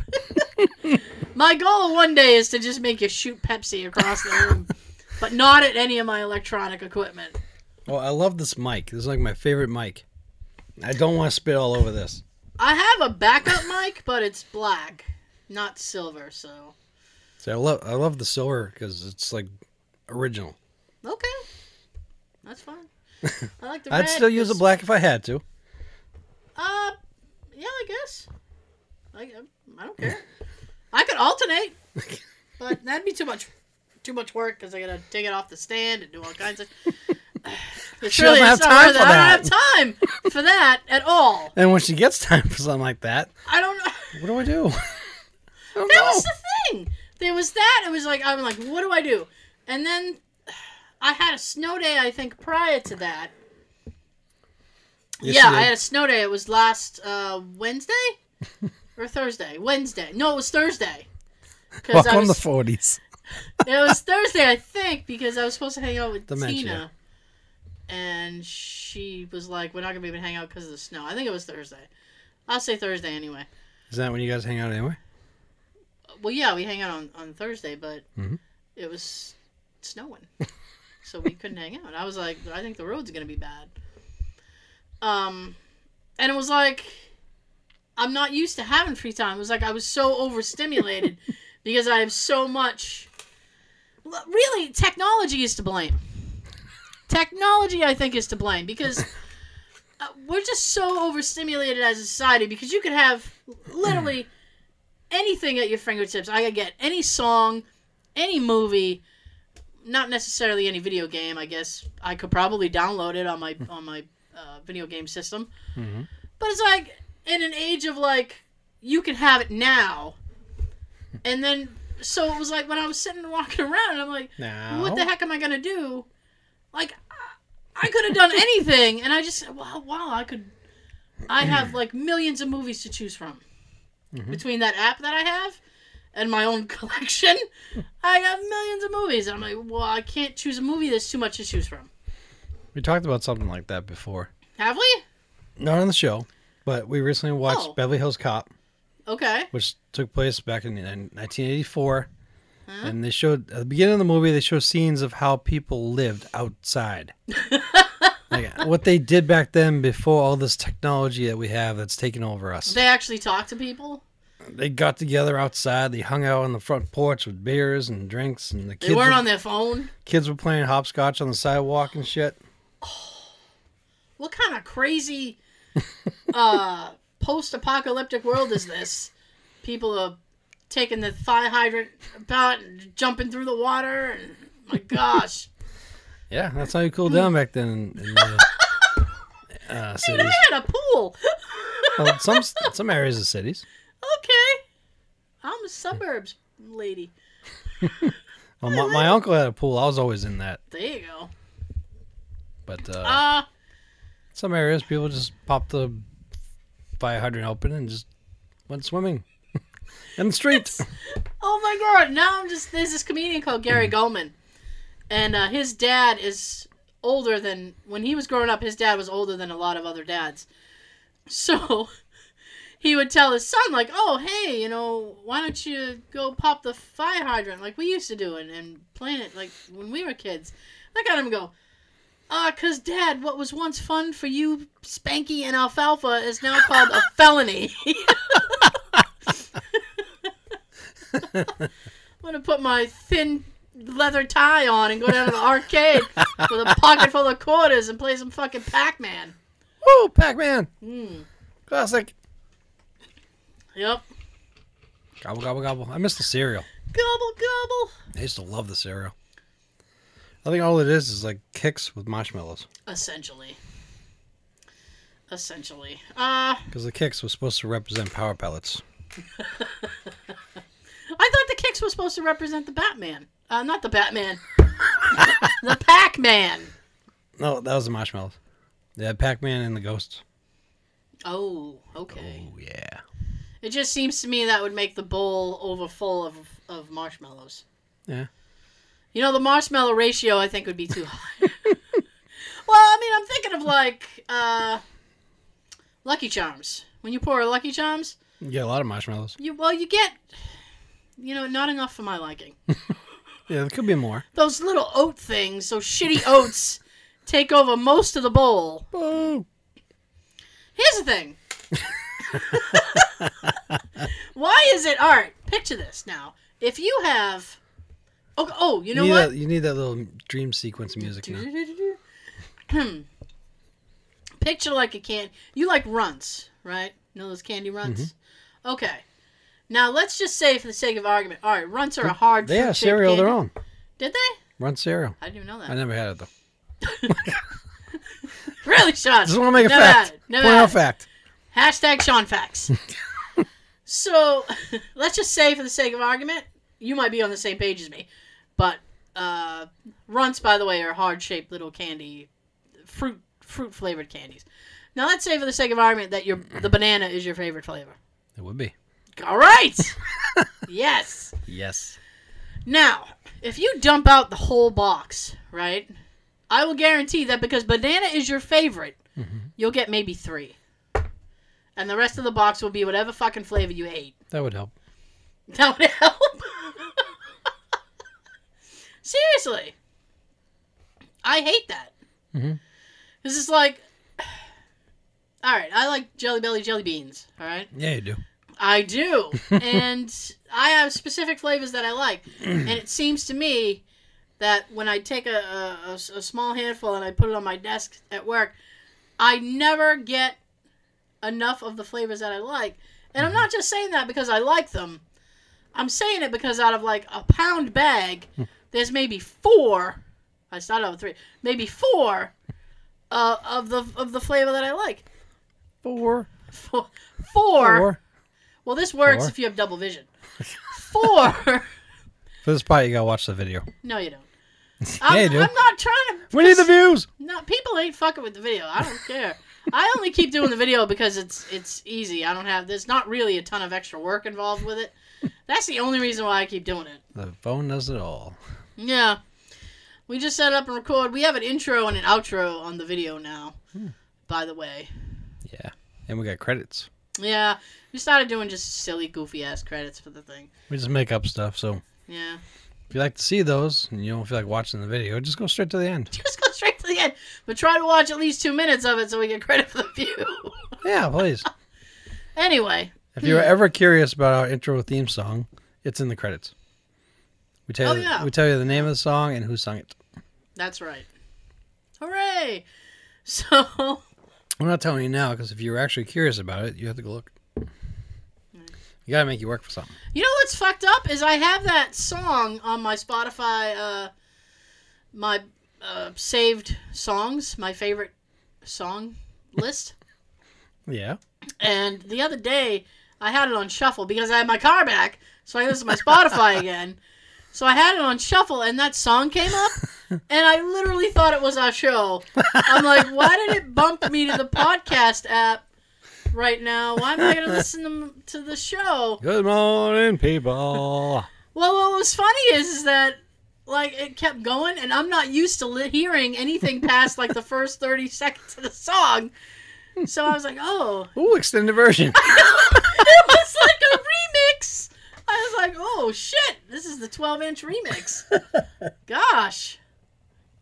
[SPEAKER 2] My goal one day is to just make you shoot Pepsi across the
[SPEAKER 3] (laughs)
[SPEAKER 2] room, but not at any of my electronic equipment.
[SPEAKER 3] Well, I love this mic. This is like my favorite mic. I don't want to spit all over this.
[SPEAKER 2] I have a backup mic, but it's black, not silver. So
[SPEAKER 3] So I love I love the silver because it's like original.
[SPEAKER 2] okay, that's fine. I like the
[SPEAKER 3] (laughs) I'd
[SPEAKER 2] red
[SPEAKER 3] still use a
[SPEAKER 2] 'cause-
[SPEAKER 3] black if I had to.
[SPEAKER 2] Uh, yeah, I guess. I, I don't care. I could alternate, but that'd be too much, too much work because I gotta take it off the stand and do all kinds of. (sighs) It's
[SPEAKER 3] She doesn't have
[SPEAKER 2] it's not
[SPEAKER 3] time
[SPEAKER 2] worth it.
[SPEAKER 3] for
[SPEAKER 2] I don't have time for that at all.
[SPEAKER 3] And when she gets (laughs) time for something like that,
[SPEAKER 2] I don't know. (laughs)
[SPEAKER 3] what do I do? (laughs) I don't
[SPEAKER 2] That
[SPEAKER 3] know.
[SPEAKER 2] was the thing. There was that. It was like I'm like, what do I do? And (sighs) then I had a snow day. I think prior to that,
[SPEAKER 3] Yes,
[SPEAKER 2] yeah,
[SPEAKER 3] you
[SPEAKER 2] I
[SPEAKER 3] did.
[SPEAKER 2] had a snow day. It was last uh,
[SPEAKER 3] (laughs)
[SPEAKER 2] Wednesday or Thursday. Wednesday. No, it was Thursday. Because
[SPEAKER 4] Walk
[SPEAKER 2] I
[SPEAKER 4] on the
[SPEAKER 2] was,
[SPEAKER 4] 40s.
[SPEAKER 2] it was Thursday, I think, because I was supposed to hang out with
[SPEAKER 3] Dementia.
[SPEAKER 2] Tina, and she was like, "We're not gonna be able to hang out because of the snow." I think it was Thursday. I'll say Thursday anyway.
[SPEAKER 3] Is that when you guys hang out anyway?
[SPEAKER 2] Well, yeah, we hang out on, on Thursday, but
[SPEAKER 3] Mhm.
[SPEAKER 2] it was snowing, (laughs) so we couldn't hang out. I was like, I think the road's gonna be bad. Um, and it was like, I'm not used to having free time. It was like I was so overstimulated because I have so much. Well, Really, technology is to blame. Technology, I think, is to blame because. Uh, we're just so overstimulated as a society because you could have literally anything at your fingertips. I could get any song, any movie, not necessarily any video game. I guess I could probably download it on my on my uh, video game system.
[SPEAKER 3] Mhm.
[SPEAKER 2] But it's like in an age of like you can have it now, and then so it was like when I was sitting and walking around, I'm like,
[SPEAKER 3] Mm-hmm. No.
[SPEAKER 2] what the heck am I gonna do? Like, I- I could have done anything, and I just wow, wow, I could. I have like millions of movies to choose from between that app that I have and my own (laughs) collection. I have millions of movies, and I'm like, well, I can't choose a movie. There's too much to choose from.
[SPEAKER 3] We talked about something like that before.
[SPEAKER 2] Have we?
[SPEAKER 3] Not on the show, but we recently watched
[SPEAKER 2] Oh.
[SPEAKER 3] Beverly Hills Cop,
[SPEAKER 2] Okay.
[SPEAKER 3] which took place back in, in 1984. And they showed at the beginning of the movie, they show scenes of how people lived
[SPEAKER 2] (laughs)
[SPEAKER 3] outside, like what they did back then before all this technology that we have that's taken over us.
[SPEAKER 2] They actually talk to people.
[SPEAKER 3] They got together outside. They hung out on the front porch with beers and drinks, and the
[SPEAKER 2] They
[SPEAKER 3] kids
[SPEAKER 2] weren't
[SPEAKER 3] were-
[SPEAKER 2] on their phone.
[SPEAKER 3] kids were playing hopscotch on the sidewalk and shit.
[SPEAKER 2] What kind of crazy uh, post-apocalyptic world is this? People are taking the fire hydrant about and jumping through the water. And, my gosh.
[SPEAKER 3] Yeah, that's how you cooled down back then. In,
[SPEAKER 2] (laughs)
[SPEAKER 3] in the, uh,
[SPEAKER 2] Dude,
[SPEAKER 3] cities.
[SPEAKER 2] I had a pool.
[SPEAKER 3] Well, some some areas of cities.
[SPEAKER 2] okay. I'm a suburbs lady.
[SPEAKER 3] Well, my, my uncle had a pool. I was always in that,
[SPEAKER 2] There you go.
[SPEAKER 3] but uh,
[SPEAKER 2] Uh,
[SPEAKER 3] some areas people just pop the fire hydrant open and just went swimming (laughs) in
[SPEAKER 2] (laughs)
[SPEAKER 3] the street.
[SPEAKER 2] oh my god, now I'm just there's this comedian called Gary Goldman. And uh, his dad is older than when he was growing up, his dad was older than a lot of other dads. So (laughs) he would tell his son, like, oh hey, you know, why don't you go pop the fire hydrant like we used to do and, and plan it like when we were kids. Look at him go, uh, cause dad, what was once fun for you, Spanky and Alfalfa, is now called a felony. (laughs) I'm gonna put my thin leather tie on and go down to the arcade with a pocket full of quarters and play some fucking Pac-Man.
[SPEAKER 3] Woo, Pac Man,
[SPEAKER 2] Mm.
[SPEAKER 3] classic.
[SPEAKER 2] Yep.
[SPEAKER 3] Gobble gobble gobble. I miss the cereal.
[SPEAKER 2] Gobble gobble.
[SPEAKER 3] I used to love the cereal. I think all it is is like kicks with marshmallows
[SPEAKER 2] Essentially. Essentially. Uh, I
[SPEAKER 3] because the kicks was supposed to represent power pellets.
[SPEAKER 2] thought the kicks was supposed to represent the Batman. Uh, not the Batman. (laughs) the Pac-Man.
[SPEAKER 3] No, that was the marshmallows. They had Pac Man and the ghosts.
[SPEAKER 2] Oh, okay.
[SPEAKER 3] yeah.
[SPEAKER 2] It just seems to me that would make the bowl over full of of marshmallows.
[SPEAKER 3] Yeah.
[SPEAKER 2] You know, the marshmallow ratio I think would be too high. (laughs) well, I mean, I'm thinking of like uh, Lucky Charms. When you pour Lucky Charms,
[SPEAKER 3] You get a lot of marshmallows.
[SPEAKER 2] you well, you get you know not enough for my liking.
[SPEAKER 3] Yeah, there could be more.
[SPEAKER 2] Those little oat things, those shitty oats, take over most of the bowl.
[SPEAKER 3] Boo!
[SPEAKER 2] Here's the thing. (laughs) Why is it art? Picture this now. If you have, oh, oh you know
[SPEAKER 3] need
[SPEAKER 2] what?
[SPEAKER 3] That, you need that little dream sequence music now.
[SPEAKER 2] Ahem. (clears throat) Picture like a can. You like runts, right? You know those candy runts.
[SPEAKER 3] Mm-hmm.
[SPEAKER 2] Okay. Now let's just say, for the sake of argument, all right, runts are a hard.
[SPEAKER 3] They have
[SPEAKER 2] fruit-shaped
[SPEAKER 3] cereal of their
[SPEAKER 2] candy.
[SPEAKER 3] own.
[SPEAKER 2] Did they?
[SPEAKER 3] Run cereal.
[SPEAKER 2] I didn't know that.
[SPEAKER 3] I never had it though.
[SPEAKER 2] Really, Sean?
[SPEAKER 3] Just want to make a
[SPEAKER 2] Never had
[SPEAKER 3] fact.
[SPEAKER 2] it.
[SPEAKER 3] Point
[SPEAKER 2] Never had
[SPEAKER 3] out
[SPEAKER 2] it.
[SPEAKER 3] fact.
[SPEAKER 2] Hashtag Sean Facts. so (laughs) let's just say, for the sake of argument, you might be on the same page as me, but uh, runts, by the way, are hard shaped little candy, fruit fruit flavored candies. Now let's say for the sake of argument that your the banana is your favorite flavor.
[SPEAKER 3] It would be.
[SPEAKER 2] All right. yes.
[SPEAKER 3] Yes.
[SPEAKER 2] Now, if you dump out the whole box, right? I will guarantee that because banana is your favorite, you'll get maybe three. And the rest of the box will be whatever fucking flavor you ate.
[SPEAKER 3] That would help.
[SPEAKER 2] (laughs) That would help. (laughs) Seriously. I hate that.
[SPEAKER 3] Mhm.
[SPEAKER 2] This is like. (sighs) All right, I like Jelly Belly jelly beans. All right,
[SPEAKER 3] Yeah, you do.
[SPEAKER 2] I do, and I have specific flavors that I like, and it seems to me that when I take a, a- a s- a small handful and I put it on my desk at work, I never get enough of the flavors that I like, and I'm not just saying that because I like them. I'm saying it because out of like a pound bag, there's maybe four. I started out with three, maybe four uh, of the of the flavor that I like.
[SPEAKER 4] Four.
[SPEAKER 2] Four. four.
[SPEAKER 3] Or
[SPEAKER 2] Well, this works
[SPEAKER 3] Four.
[SPEAKER 2] if you have double vision. (laughs) Four.
[SPEAKER 3] for this part, you gotta watch the video.
[SPEAKER 2] no, you don't. I'm,
[SPEAKER 3] (laughs) yeah, you do.
[SPEAKER 2] I'm not trying to.
[SPEAKER 3] we need the views.
[SPEAKER 2] No, people ain't fucking with the video. I don't care. I only keep doing the video because it's it's easy. I don't have there's not really a ton of extra work involved with it. That's the only reason why I keep doing it.
[SPEAKER 3] The phone does it all.
[SPEAKER 2] Yeah. We just set up and record. We have an intro and an outro on the video now.
[SPEAKER 3] Hmm.
[SPEAKER 2] By the way.
[SPEAKER 3] Yeah. And we got credits.
[SPEAKER 2] Yeah. We started doing just silly goofy ass credits for the thing.
[SPEAKER 3] We just make up stuff. So
[SPEAKER 2] Yeah.
[SPEAKER 3] if you like to see those and you don't feel like watching the video, just go straight to the
[SPEAKER 2] (laughs)
[SPEAKER 3] end.
[SPEAKER 2] just go straight to the end, but try to watch at least two minutes of it so we get credit for the view. (laughs)
[SPEAKER 3] Yeah, please.
[SPEAKER 2] anyway,
[SPEAKER 3] If you're ever curious about our intro theme song, it's in the credits. We tell
[SPEAKER 2] Oh,
[SPEAKER 3] you,
[SPEAKER 2] yeah.
[SPEAKER 3] we tell you the name of the song and who sung it.
[SPEAKER 2] that's right. Hooray! So, (laughs)
[SPEAKER 3] I'm not telling you now because if you were actually curious about it, you have to go look. You gotta make you work for something.
[SPEAKER 2] you know what's fucked up is I have that song on my Spotify, uh, my uh, saved songs, my favorite song list.
[SPEAKER 3] Yeah.
[SPEAKER 2] And the other day, I had it on shuffle because I had my car back, so I listened to my Spotify again. So I had it on shuffle, and that song came up, and I literally thought it was our show. I'm like, why did it bump me to the podcast app right now? Why am I going to listen to, to the show?
[SPEAKER 3] Good morning, people.
[SPEAKER 2] Well, what was funny is, is that like it kept going, and I'm not used to li- hearing anything past like the first 30 seconds of the song. So I was like, oh,
[SPEAKER 3] (laughs) Ooh, extended version.
[SPEAKER 2] it was like a remix. I was like, oh shit, this is the 12 inch remix. Gosh.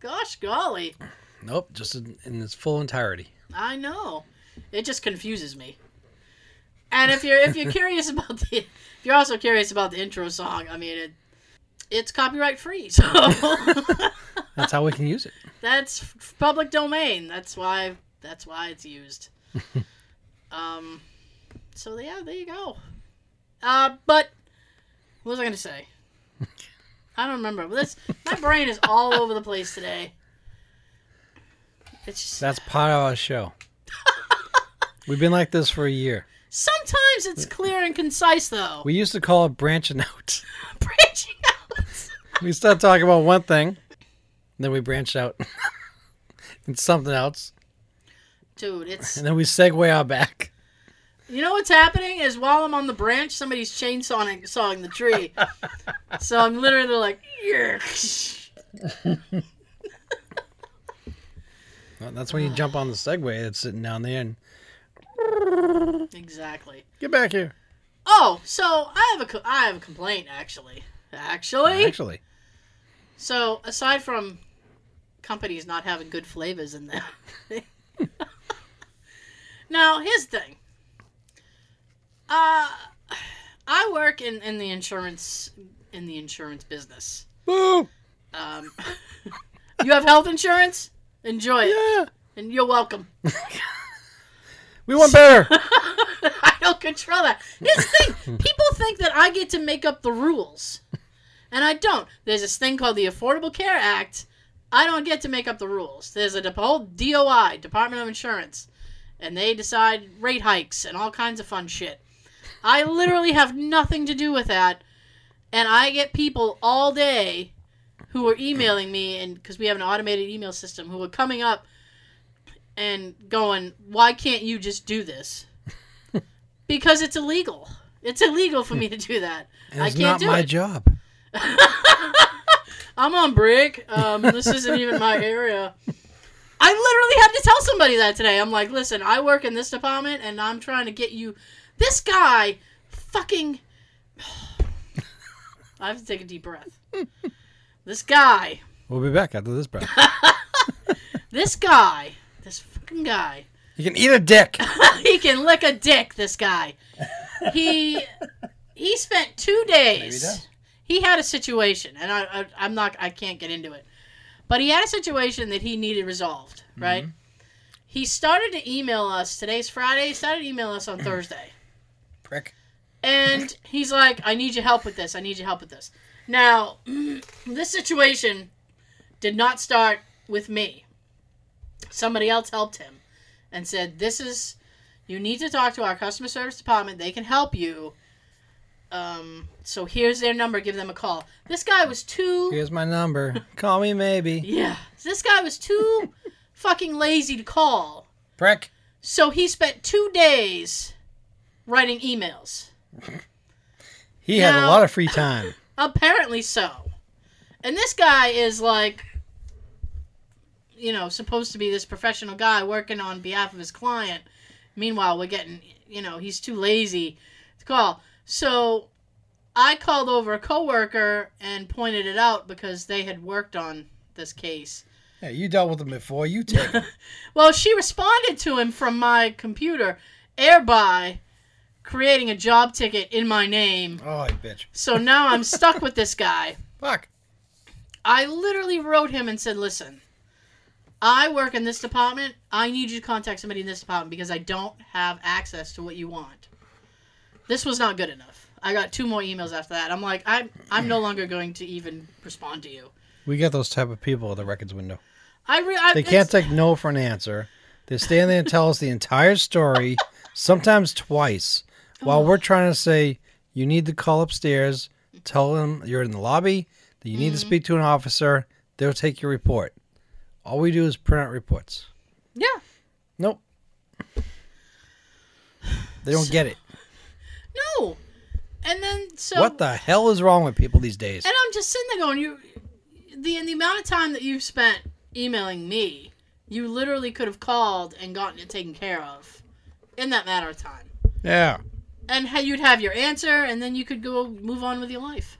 [SPEAKER 2] Gosh golly.
[SPEAKER 3] nope, just in, in its full entirety.
[SPEAKER 2] I know. It just confuses me. And if you're if you're curious about the if you're also curious about the intro song, I mean it it's copyright free, so
[SPEAKER 3] That's how we can use it.
[SPEAKER 2] that's f- public domain. That's why that's why it's used. um, so yeah, there you go. Uh, but what was I gonna say? I don't remember. This my brain is all over the place today. It's just,
[SPEAKER 3] That's part of our show. We've been like this for a year.
[SPEAKER 2] sometimes it's clear and concise though.
[SPEAKER 3] We used to call it branching out.
[SPEAKER 2] (laughs)
[SPEAKER 3] (laughs)
[SPEAKER 2] Branching out.
[SPEAKER 3] We started talking about one thing, then we branched out (laughs) into something else,
[SPEAKER 2] Dude, it's
[SPEAKER 3] and then we segue out back.
[SPEAKER 2] you know what's happening is while I'm on the branch, somebody's chainsawing sawing the tree. so I'm literally like, "Yeah."
[SPEAKER 3] Well, That's when you jump on the segue that's sitting down there and
[SPEAKER 2] Exactly.
[SPEAKER 3] get back here.
[SPEAKER 2] Oh, so I have a co- I have a complaint actually. Actually,
[SPEAKER 3] Actually,
[SPEAKER 2] so aside from companies not having good flavors in them, (laughs) now here's the thing. Uh, I work in, in the insurance in the insurance business.
[SPEAKER 3] boo.
[SPEAKER 2] Um, (laughs) you have health insurance. Enjoy it,
[SPEAKER 3] Yeah,
[SPEAKER 2] and you're welcome. (laughs)
[SPEAKER 3] we want better.
[SPEAKER 2] I don't control that. Here's the thing people think that I get to make up the rules, and I don't. There's this thing called the Affordable Care Act. I don't get to make up the rules. There's a dep- whole DOI, Department of Insurance, and they decide rate hikes and all kinds of fun shit. I literally have nothing to do with that, and I get people all day who are emailing me, and because we have an automated email system, who are coming up and going, why can't you just do
[SPEAKER 3] (laughs)
[SPEAKER 2] this? because it's illegal. It's illegal for me to do that.
[SPEAKER 3] And
[SPEAKER 2] I
[SPEAKER 3] it's
[SPEAKER 2] can't
[SPEAKER 3] not
[SPEAKER 2] do
[SPEAKER 3] my
[SPEAKER 2] it.
[SPEAKER 3] job.
[SPEAKER 2] I'm on break. Um, this isn't even my area. I literally had to tell somebody that today. I'm like, listen, I work in this department and I'm trying to get you. This guy fucking. (sighs) I have to take a deep breath. This guy
[SPEAKER 3] We'll be back after this break.
[SPEAKER 2] this guy, this fucking guy,
[SPEAKER 3] You can eat a dick.
[SPEAKER 2] (laughs) he can lick a dick. This guy, he he spent two days.
[SPEAKER 3] does.
[SPEAKER 2] He had a situation, and I, I I'm not I can't get into it, but he had a situation that he needed resolved. Right. He started to email us today's Friday. He started to email us on Thursday,
[SPEAKER 3] Prick.
[SPEAKER 2] and he's like, "I need your help with this. I need your help with this." Now, (clears throat) this situation did not start with me. Somebody else helped him and said, "This is you need to talk to our customer service department. They can help you." Um, so here's their number. Give them a call. This guy was too
[SPEAKER 3] Here's my number. Call me
[SPEAKER 2] (laughs)
[SPEAKER 3] maybe.
[SPEAKER 2] yeah. This guy was too (laughs) fucking lazy to call.
[SPEAKER 3] Prick.
[SPEAKER 2] So he spent two days writing emails.
[SPEAKER 3] He had a
[SPEAKER 2] Now-
[SPEAKER 3] lot of free time.
[SPEAKER 2] Apparently so. And this guy is like, you know, supposed to be this professional guy working on behalf of his client. Meanwhile, we're getting, you know, he's too lazy to call. So I called over a coworker and pointed it out because they had worked on this case.
[SPEAKER 3] Yeah, you dealt with him before. You take him.
[SPEAKER 2] Well, she responded to him from my computer, thereby creating a job ticket in my name.
[SPEAKER 3] Oh, you bitch.
[SPEAKER 2] So now I'm stuck with this guy.
[SPEAKER 3] Fuck.
[SPEAKER 2] I literally wrote him and said, "Listen, I work in this department. I need you to contact somebody in this department because I don't have access to what you want." This was not good enough. I got two more emails after that. I'm like, I'm I'm no longer going to even respond to you.
[SPEAKER 3] We got those type of people at the records window.
[SPEAKER 2] I re- I,
[SPEAKER 3] They can't
[SPEAKER 2] it's-
[SPEAKER 3] take no for an answer. They stand there and tell us the entire story, sometimes twice, while we're trying to say, you need to call upstairs, tell them you're in the lobby, that you need to speak to an officer, they'll take your report. All we do is print out reports.
[SPEAKER 2] yeah.
[SPEAKER 3] Nope. They don't get it.
[SPEAKER 2] No. And then so
[SPEAKER 3] what the hell is wrong with people these days?
[SPEAKER 2] And I'm just sitting there going, you, the the amount of time that you've spent emailing me, you literally could have called and gotten it taken care of, in that matter of time.
[SPEAKER 3] Yeah.
[SPEAKER 2] and how you'd have your answer and then you could go move on with your life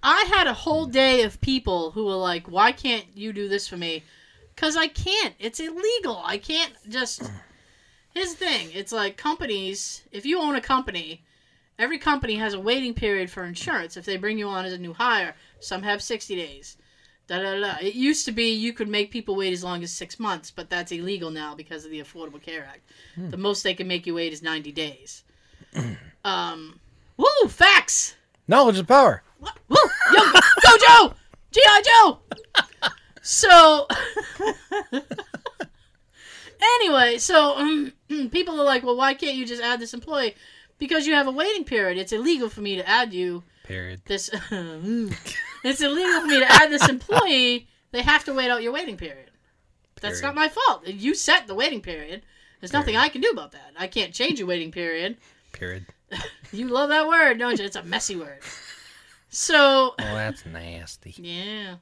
[SPEAKER 2] i had a whole day of people who were like why can't you do this for me because i can't it's illegal i can't just (clears throat) his thing it's like companies if you own a company every company has a waiting period for insurance if they bring you on as a new hire some have 60 days da, da, da. it used to be you could make people wait as long as six months but that's illegal now because of the affordable care act the most they can make you wait is 90 days um woo facts
[SPEAKER 3] Knowledge is power.
[SPEAKER 2] What? woo yo go joe gi joe so (laughs) anyway so um, (clears throat) people are like well why can't you just add this employee because you have a waiting period it's illegal for me to add you
[SPEAKER 3] Period.
[SPEAKER 2] this (laughs) it's illegal for me to add this employee they have to wait out your waiting period that's
[SPEAKER 3] Period.
[SPEAKER 2] not my fault you set the waiting period there's nothing i can do about that i can't change your waiting period
[SPEAKER 3] Period.
[SPEAKER 2] you love that word don't you it's a messy word so
[SPEAKER 3] Well, that's nasty.
[SPEAKER 2] yeah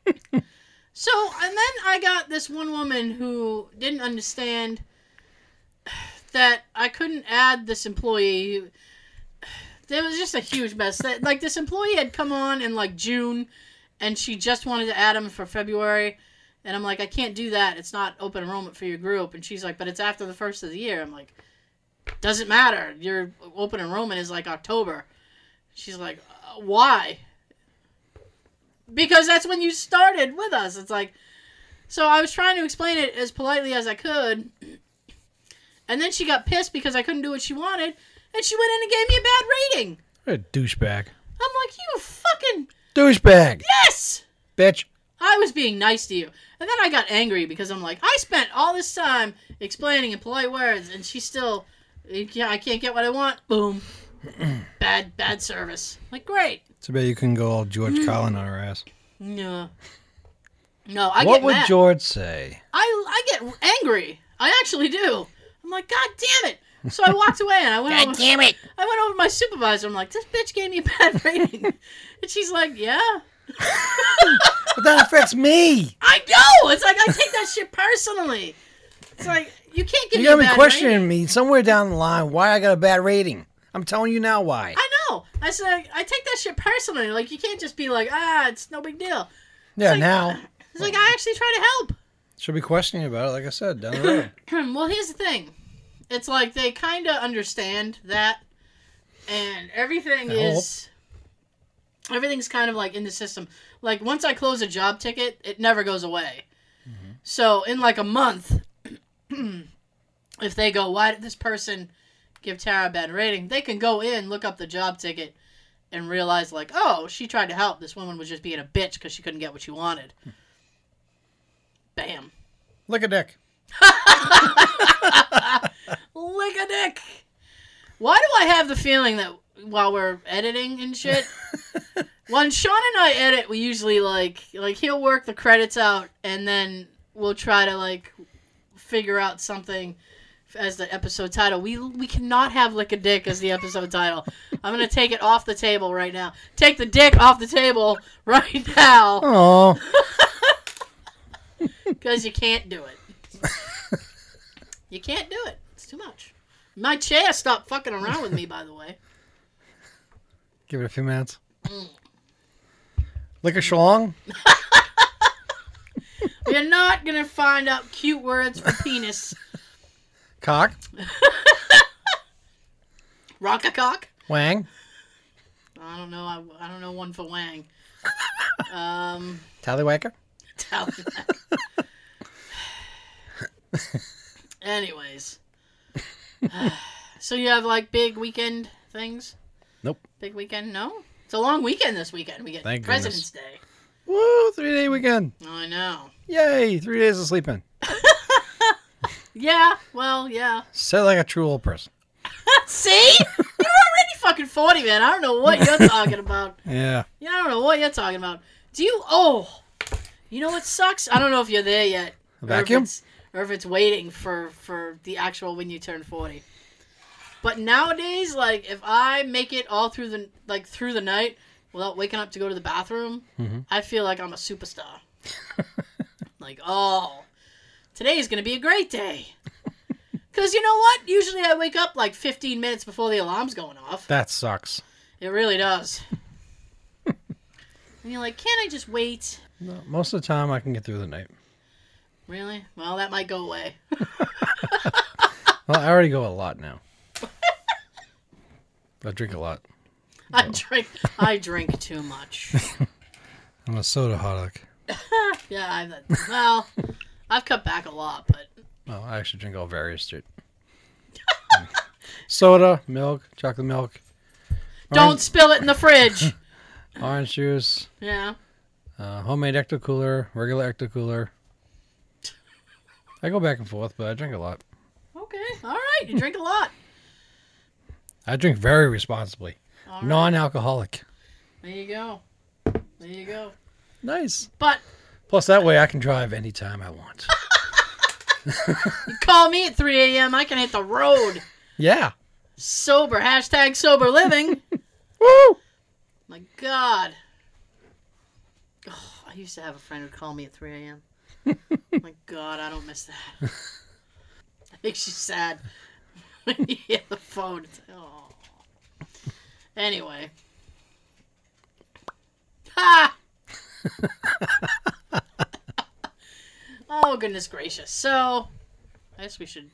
[SPEAKER 2] (laughs) so and then i got this one woman who didn't understand that i couldn't add this employee there was just a huge mess. That like this employee had come on in like June, and she just wanted to add him for February, and I'm like, I can't do that. It's not open enrollment for your group. And she's like, but it's after the first of the year. I'm like, doesn't matter. Your open enrollment is like October. She's like, uh, why? Because that's when you started with us. It's like, so I was trying to explain it as politely as I could. And then she got pissed because I couldn't do what she wanted, and she went in and gave me a bad rating.
[SPEAKER 3] What a douchebag.
[SPEAKER 2] I'm like, you fucking
[SPEAKER 3] Douchebag.
[SPEAKER 2] yes!
[SPEAKER 3] Bitch.
[SPEAKER 2] I was being nice to you. And then I got angry because I'm like, I spent all this time explaining in polite words and she still yeah, I can't get what I want. Boom. (clears throat) bad bad service. Like great. Mm.
[SPEAKER 3] Too bad you couldn't go all George Collin on her ass.
[SPEAKER 2] No. No, I
[SPEAKER 3] what
[SPEAKER 2] get
[SPEAKER 3] would
[SPEAKER 2] mad.
[SPEAKER 3] George say?
[SPEAKER 2] I I get angry. I actually do. I'm like, God damn it! So I walked away and I went. over, damn it! I went over to my supervisor. I'm like, this bitch gave me a bad (laughs) rating, and she's like, Yeah,
[SPEAKER 3] But that
[SPEAKER 2] (laughs)
[SPEAKER 3] affects me.
[SPEAKER 2] I know. It's like I take that shit personally. It's like you can't give
[SPEAKER 3] You
[SPEAKER 2] me a
[SPEAKER 3] got me
[SPEAKER 2] bad
[SPEAKER 3] questioning
[SPEAKER 2] rating.
[SPEAKER 3] me somewhere down the line why I got a bad rating. I'm telling you now why.
[SPEAKER 2] I know. I said I take that shit personally. Like you can't just be like, ah, it's no big deal.
[SPEAKER 3] yeah,
[SPEAKER 2] like-
[SPEAKER 3] now
[SPEAKER 2] It's like I actually try to help.
[SPEAKER 3] should be questioning about it. Like I said, down the
[SPEAKER 2] (laughs) (clears throat)
[SPEAKER 3] road.
[SPEAKER 2] well, here's the thing. It's like they kind of understand that, and everything
[SPEAKER 3] I
[SPEAKER 2] is. Everything's kind of like in the system. Like once I close a job ticket, it never goes away. So in like a month, (clears throat) if they go, why did this person give Tara a bad rating? They can go in, look up the job ticket, and realize like, oh, she tried to help. This woman was just being a bitch because she couldn't get what she wanted. Bam.
[SPEAKER 3] Look at Dick.
[SPEAKER 2] Lick a dick. Why do I have the feeling that while we're editing and (laughs) shit, when Sean and I edit, we usually like like he'll work the credits out and then we'll try to like figure out something as the episode title. We we cannot have lick a dick as the episode title. I'm gonna take it off the table right now. Take the dick off the table right (laughs) now
[SPEAKER 3] Oh,
[SPEAKER 2] because you can't do
[SPEAKER 3] (laughs)
[SPEAKER 2] it. You can't do it. It's too much. My chair stopped fucking around with me, by the way.
[SPEAKER 3] give it a few minutes. Lick a schlong.
[SPEAKER 2] You're not gonna find out cute words for penis.
[SPEAKER 3] Cock.
[SPEAKER 2] Rock a cock.
[SPEAKER 3] Wang.
[SPEAKER 2] I don't know. I, I don't know one for Wang. Um,
[SPEAKER 3] Tallywhacker.
[SPEAKER 2] tell me that. Anyways, so you have like big weekend things.
[SPEAKER 3] Nope.
[SPEAKER 2] Big weekend? No. It's a long weekend this weekend. We get
[SPEAKER 3] Thank
[SPEAKER 2] President's
[SPEAKER 3] Woo! Three day weekend.
[SPEAKER 2] Day. I know.
[SPEAKER 3] Yay! Three days of sleeping.
[SPEAKER 2] Yeah. Well. Yeah.
[SPEAKER 3] Said like a true old person.
[SPEAKER 2] (laughs) See, you're already fucking forty, man. I don't know what (laughs) you're talking about.
[SPEAKER 3] Yeah.
[SPEAKER 2] Yeah, I don't know what you're talking about. Do you? Oh, you know what sucks? I don't know if you're there yet.
[SPEAKER 3] A
[SPEAKER 2] Or
[SPEAKER 3] vacuum?
[SPEAKER 2] if it's, or if it's waiting for for the actual when you turn forty. But nowadays, like if I make it all through the like through the night without waking up to go to the bathroom,
[SPEAKER 3] Mm-hmm.
[SPEAKER 2] I feel like I'm a superstar. (laughs) like oh, today is gonna be a great day.
[SPEAKER 3] (laughs)
[SPEAKER 2] Cause you know what? Usually I wake up like 15 minutes before the alarm's going off.
[SPEAKER 3] That sucks.
[SPEAKER 2] It really
[SPEAKER 3] (laughs)
[SPEAKER 2] does. and you're like, can't I just wait?
[SPEAKER 3] No, most of the time, I can get through the night.
[SPEAKER 2] Really? Well, that might go away.
[SPEAKER 3] Well, I already go a lot now. I drink a lot.
[SPEAKER 2] (laughs) I drink. I drink too much.
[SPEAKER 3] I'm a soda holic.
[SPEAKER 2] Yeah, I've well, I've cut back a lot, but
[SPEAKER 3] Well, I actually drink all various shit. soda, milk, chocolate milk,
[SPEAKER 2] don't spill it in the fridge.
[SPEAKER 3] orange juice,
[SPEAKER 2] Yeah.
[SPEAKER 3] uh, homemade ecto cooler, regular ecto cooler. I go back and forth, but I drink a lot.
[SPEAKER 2] Okay. All right. You drink a lot.
[SPEAKER 3] I drink very responsibly,
[SPEAKER 2] All right.
[SPEAKER 3] non-alcoholic.
[SPEAKER 2] There you go. There you go.
[SPEAKER 3] Nice.
[SPEAKER 2] But
[SPEAKER 3] Plus, that way I can drive anytime I (laughs) want.
[SPEAKER 2] you call me at 3 a.m. I can hit the road.
[SPEAKER 3] yeah.
[SPEAKER 2] Sober. Hashtag sober living.
[SPEAKER 3] (laughs) Woo!
[SPEAKER 2] My God. Oh, I used to have a friend who'd call me at 3 a.m. My God, I don't miss that. (laughs) It makes you sad (laughs) when you hear the phone. It's like, oh. Anyway. Ha! oh, goodness gracious. So, I guess we should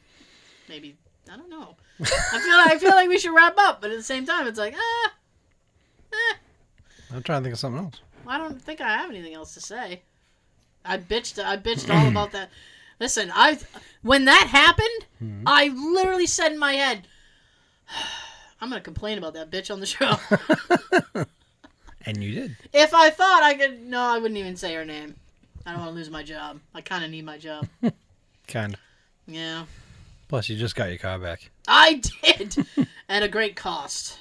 [SPEAKER 2] maybe, I don't know. I feel, I feel like we should wrap up, but at the same time, it's like, ah, eh.
[SPEAKER 3] I'm trying to think of something else.
[SPEAKER 2] I don't think I have anything else to say. I bitched. I bitched all about that. Listen, I when that happened, I literally said in my head, (sighs) "I'm gonna complain about that bitch on the show."
[SPEAKER 3] And you did.
[SPEAKER 2] if I thought I could, no, I wouldn't even say her name. I don't want to lose my job. I kind of need my job.
[SPEAKER 3] Kind of.
[SPEAKER 2] Yeah,
[SPEAKER 3] Plus, you just got your car back.
[SPEAKER 2] I did (laughs) at a great cost.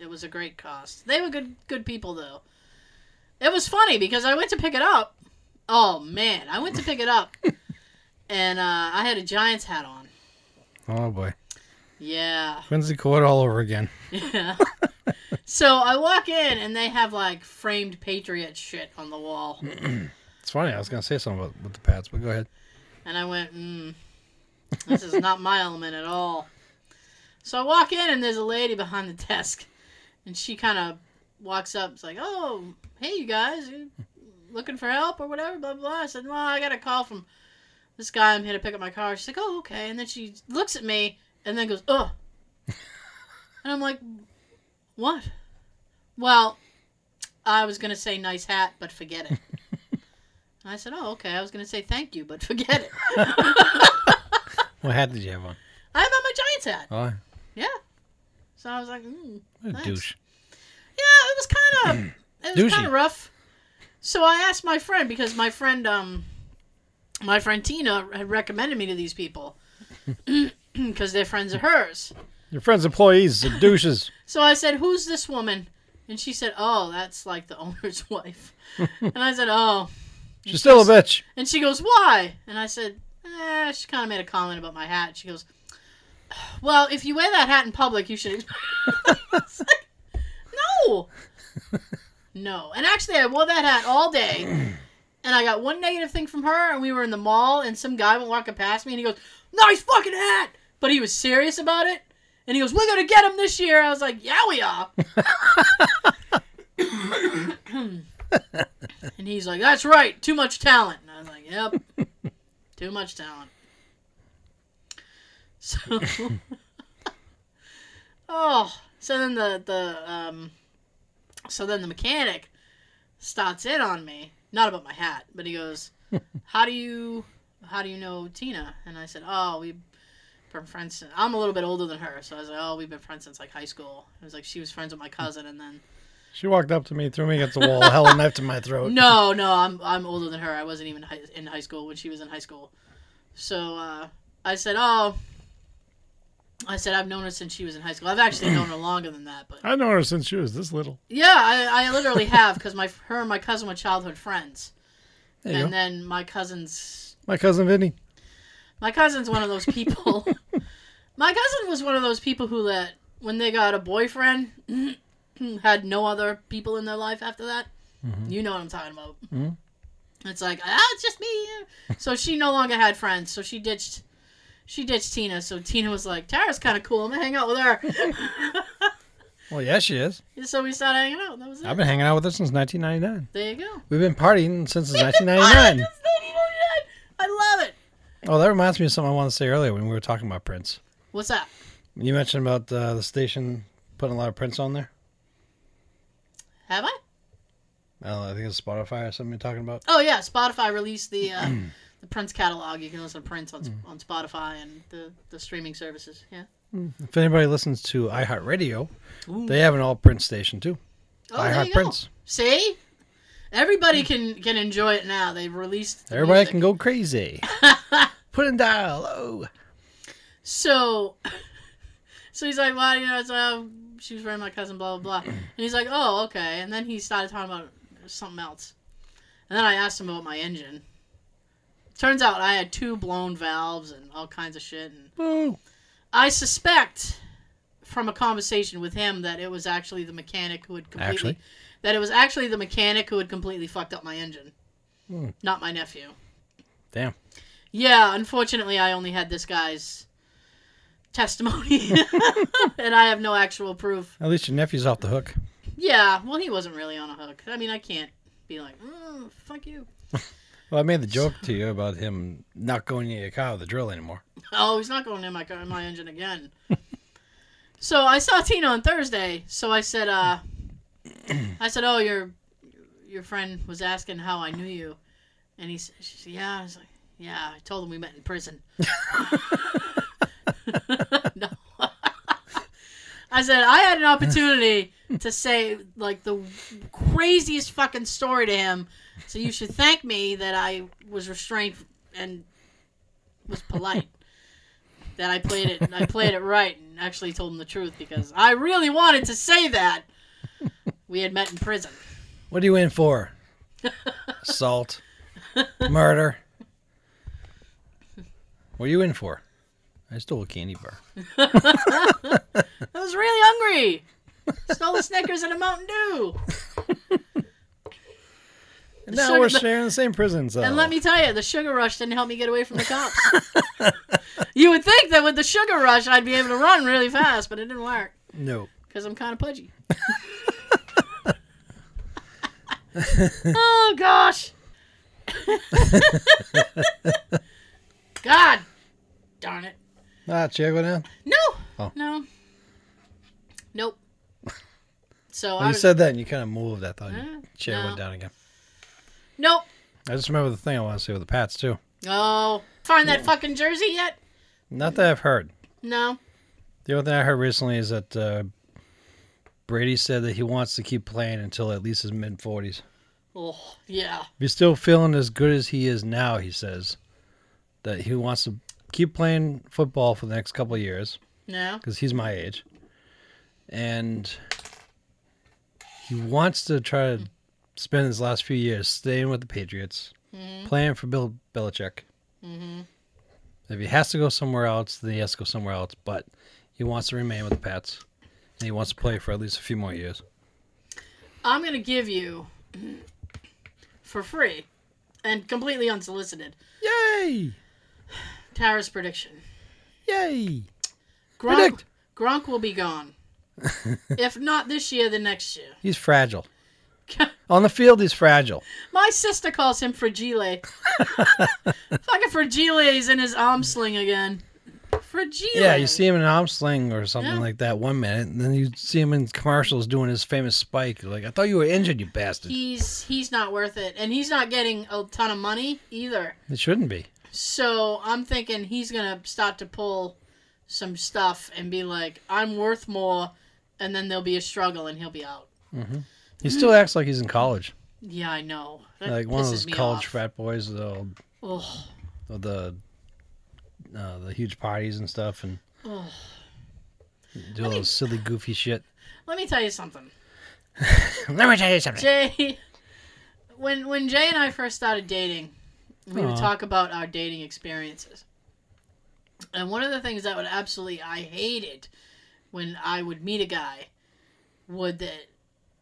[SPEAKER 2] It was a great cost. They were good, good people though. It was funny because I went to pick it up, Oh man, I went to pick it up, and uh, I had a Giants hat on.
[SPEAKER 3] Oh boy,
[SPEAKER 2] Yeah, (laughs)
[SPEAKER 3] Quincy Court all over again.
[SPEAKER 2] yeah. so I walk in, and they have like framed Patriot shit on the wall,
[SPEAKER 3] It's funny. I was gonna say something about with the Pats, but go ahead.
[SPEAKER 2] and I went, mm, "This is not my element at all." So I walk in, and there's a lady behind the desk, and she kind of walks up. It's like, "Oh, hey, you guys, you looking for help or whatever?" Blah blah. I said, "Well, I got a call from this guy. I'm here to pick up my car." She's like, "Oh, okay." And then she looks at me and then goes, "Ugh," and I'm like, "What?" Well, I was gonna say nice hat, but forget it. And I said, "Oh, okay." I was gonna say thank you, but forget it.
[SPEAKER 3] What hat did you have on?
[SPEAKER 2] I have on my Giants hat.
[SPEAKER 3] Oh,
[SPEAKER 2] Yeah. So I was like, mm.
[SPEAKER 3] what a
[SPEAKER 2] Thanks.
[SPEAKER 3] douche.
[SPEAKER 2] Yeah, it was kind of it was
[SPEAKER 3] Douchey.
[SPEAKER 2] kind of rough. So I asked my friend because my friend um my friend Tina had recommended me to these people (clears throat) because they're friends of hers.
[SPEAKER 3] Your friend's employees are (laughs) douches.
[SPEAKER 2] So I said, "Who's this woman?" And she said, "Oh, that's like the (laughs) owner's wife." and I said, "Oh."
[SPEAKER 3] She's still a bitch.
[SPEAKER 2] And she goes, "Why?" And I said, "Eh." She kind of made a comment about my hat. She goes, "Well, if you wear that hat in public, you should." (laughs) expect-" It's like, no, no. And actually, I wore that hat all day, and I got one negative thing from her. And we were in the mall, and some guy went walking past me, and he goes, "Nice fucking hat," but he was serious about it. And he goes, "We're gonna get him this year." I was like, "Yeah, we are." And he's like, "That's right, too much talent." And I was like, "Yep, too much talent." So, oh, so then the the um, so then the mechanic starts in on me, not about my hat, but he goes, "How do you how do you know Tina?" And I said, "Oh, we." have Been friends. Since, I'm a little bit older than her, so I was like, "Oh, we've been friends since like high school." It was like she was friends with my cousin, and then
[SPEAKER 3] She walked up to me, threw me against the wall, held a knife to my throat.
[SPEAKER 2] no, no, I'm I'm older than her. I wasn't even high, in high school when she was in high school. So uh, I said, "Oh," I said, "I've known her since she was in high school. I've actually known her longer than that,
[SPEAKER 3] (clears throat)
[SPEAKER 2] but
[SPEAKER 3] I've known her since she was this little.
[SPEAKER 2] yeah, I, I literally have because my her and my cousin were childhood friends,
[SPEAKER 3] There you
[SPEAKER 2] and
[SPEAKER 3] go.
[SPEAKER 2] then my cousin's
[SPEAKER 3] My cousin Vinny.
[SPEAKER 2] my cousin's one of those people. my cousin was one of those people who let when they got a boyfriend (clears throat) had no other people in their life after that. You know what I'm talking about.
[SPEAKER 3] Mhm.
[SPEAKER 2] It's like ah, it's just me. So she no longer had friends. So she ditched. She ditched Tina. So Tina was like, Tara's kind of cool. I'm gonna hang out with her. (laughs)
[SPEAKER 3] Well, yeah, she is.
[SPEAKER 2] And so we started hanging out. That was it.
[SPEAKER 3] I've been hanging out with her since 1999.
[SPEAKER 2] there you go.
[SPEAKER 3] We've been
[SPEAKER 2] (laughs)
[SPEAKER 3] partying since
[SPEAKER 2] Ah,
[SPEAKER 3] 1999.
[SPEAKER 2] that's 1999. I love it.
[SPEAKER 3] Oh, that reminds me of something I wanted to say earlier when we were talking about Prince.
[SPEAKER 2] What's that?
[SPEAKER 3] You mentioned about uh, the station putting a lot of Prince on there.
[SPEAKER 2] Have I?
[SPEAKER 3] I don't know. I think it's Spotify or something you're talking about.
[SPEAKER 2] Oh yeah, Spotify released the uh, (clears throat) the Prince catalog. You can listen to Prince on on Spotify and the, the streaming services. Yeah.
[SPEAKER 3] If anybody listens to iHeartRadio,
[SPEAKER 2] Ooh.
[SPEAKER 3] they have an all Prince station too.
[SPEAKER 2] Oh,
[SPEAKER 3] I
[SPEAKER 2] there
[SPEAKER 3] Heart
[SPEAKER 2] you
[SPEAKER 3] Prince.
[SPEAKER 2] go. See, everybody can can enjoy it now. They've released. the
[SPEAKER 3] Everybody
[SPEAKER 2] music.
[SPEAKER 3] can
[SPEAKER 2] (laughs)
[SPEAKER 3] go crazy. Put in dial. Oh.
[SPEAKER 2] So, (laughs) so he's like, "Why?" You know, it's, uh, she was wearing my cousin, blah blah
[SPEAKER 3] (clears throat)
[SPEAKER 2] blah. And he's like, "Oh, okay." And then he started talking about something else. And then I asked him about my engine. Turns out I had two blown valves and all kinds of shit. And
[SPEAKER 3] Boo.
[SPEAKER 2] I suspect from a conversation with him that it was actually the mechanic who had completely
[SPEAKER 3] Actually?
[SPEAKER 2] that it was actually the mechanic who had completely fucked up my engine,
[SPEAKER 3] Hmm.
[SPEAKER 2] not my nephew.
[SPEAKER 3] Damn.
[SPEAKER 2] Yeah, unfortunately, I only had this guy's testimony, (laughs) and I have no actual proof.
[SPEAKER 3] At least your nephew's off the hook.
[SPEAKER 2] Yeah, well, he wasn't really on a hook. I mean, I can't be like, "Mm, fuck you.
[SPEAKER 3] Well, I made the joke to you about him not going in your car with a drill anymore.
[SPEAKER 2] Oh, he's not going in my car, in my engine again. so I saw Tina on Thursday. So I said, uh, I said, oh, your your friend was asking how I knew you, and he s- she said, yeah. I was like, yeah. I told him we met in prison. (laughs) no. I said I had an opportunity to say like the craziest fucking story to him, so you should thank me that I was restrained and was polite. that I played it I played it right and actually told him the truth because I really wanted to say that we had met in prison. (laughs)
[SPEAKER 3] What are you in for? Salt. murder. What are you in for? I stole a candy bar.
[SPEAKER 2] I was really hungry. Stole a Snickers and a Mountain Dew.
[SPEAKER 3] And now
[SPEAKER 2] sugar-
[SPEAKER 3] we're
[SPEAKER 2] the-
[SPEAKER 3] sharing the same prison cell.
[SPEAKER 2] And let me tell you, the sugar rush didn't help me get away from the cops. you would think that with the sugar rush, I'd be able to run really fast, but it didn't work
[SPEAKER 3] (laughs) No.
[SPEAKER 2] because I'm kind of pudgy. oh, gosh. (laughs) God darn it.
[SPEAKER 3] Ah, Chico now.
[SPEAKER 2] No.
[SPEAKER 3] Oh.
[SPEAKER 2] No. Nope.
[SPEAKER 3] (laughs)
[SPEAKER 2] So I
[SPEAKER 3] When Oh, you
[SPEAKER 2] was,
[SPEAKER 3] said that and you kind of moved, I thought
[SPEAKER 2] Huh?
[SPEAKER 3] your chair
[SPEAKER 2] No.
[SPEAKER 3] went down again.
[SPEAKER 2] nope.
[SPEAKER 3] I just remember the thing I want to say with the Pats, too.
[SPEAKER 2] Oh, find that fucking jersey yet?
[SPEAKER 3] Not that I've heard.
[SPEAKER 2] No.
[SPEAKER 3] The only thing I heard recently is that uh, Brady said that he wants to keep playing until at least his mid 40s. If
[SPEAKER 2] Oh, yeah.
[SPEAKER 3] he's still feeling as good as he is now, he says that he wants to keep playing football for the next couple of years
[SPEAKER 2] No.
[SPEAKER 3] because he's my age. And he wants to try to spend his last few years staying with the Patriots, playing for Bill Belichick. If he has to go somewhere else, then he has to go somewhere else. But he wants to remain with the Pats, and he wants to play for at least a few more years.
[SPEAKER 2] I'm going to give you (clears throat) for free and completely unsolicited
[SPEAKER 3] Yay!
[SPEAKER 2] Tara's prediction.
[SPEAKER 3] Yay!
[SPEAKER 2] Gronk,
[SPEAKER 3] Predict.
[SPEAKER 2] Gronk will be
[SPEAKER 3] (laughs)
[SPEAKER 2] gone. if not this year, then next year. (laughs)
[SPEAKER 3] He's fragile. On the field, he's fragile.
[SPEAKER 2] My sister calls him
[SPEAKER 3] (laughs)
[SPEAKER 2] Fragile. Fucking Fragile is in his arm sling again. Fragile.
[SPEAKER 3] Yeah, you see him in an arm sling or something
[SPEAKER 2] Yeah.
[SPEAKER 3] like that one minute, and then you see him in commercials doing his famous spike. You're like, I thought you were injured, you bastard.
[SPEAKER 2] He's he's not worth it, and he's not getting a ton of money either.
[SPEAKER 3] It shouldn't be.
[SPEAKER 2] So I'm thinking he's gonna start to pull some stuff and be like, "I'm worth more," and then there'll be a struggle, and he'll be out.
[SPEAKER 3] He still acts like he's in college,
[SPEAKER 2] Yeah, I know. That
[SPEAKER 3] like one of those
[SPEAKER 2] pisses me
[SPEAKER 3] college
[SPEAKER 2] off.
[SPEAKER 3] frat boys, the old,
[SPEAKER 2] Ugh.
[SPEAKER 3] with the uh, the huge parties and stuff, and
[SPEAKER 2] Ugh.
[SPEAKER 3] do all those silly, goofy shit.
[SPEAKER 2] Let me tell you something,
[SPEAKER 3] Let me tell you something.
[SPEAKER 2] Jay. (laughs) When when Jay and I first started dating, we would
[SPEAKER 3] Aw.
[SPEAKER 2] talk about our dating experiences. And one of the things that would absolutely I hated when I would meet a guy would that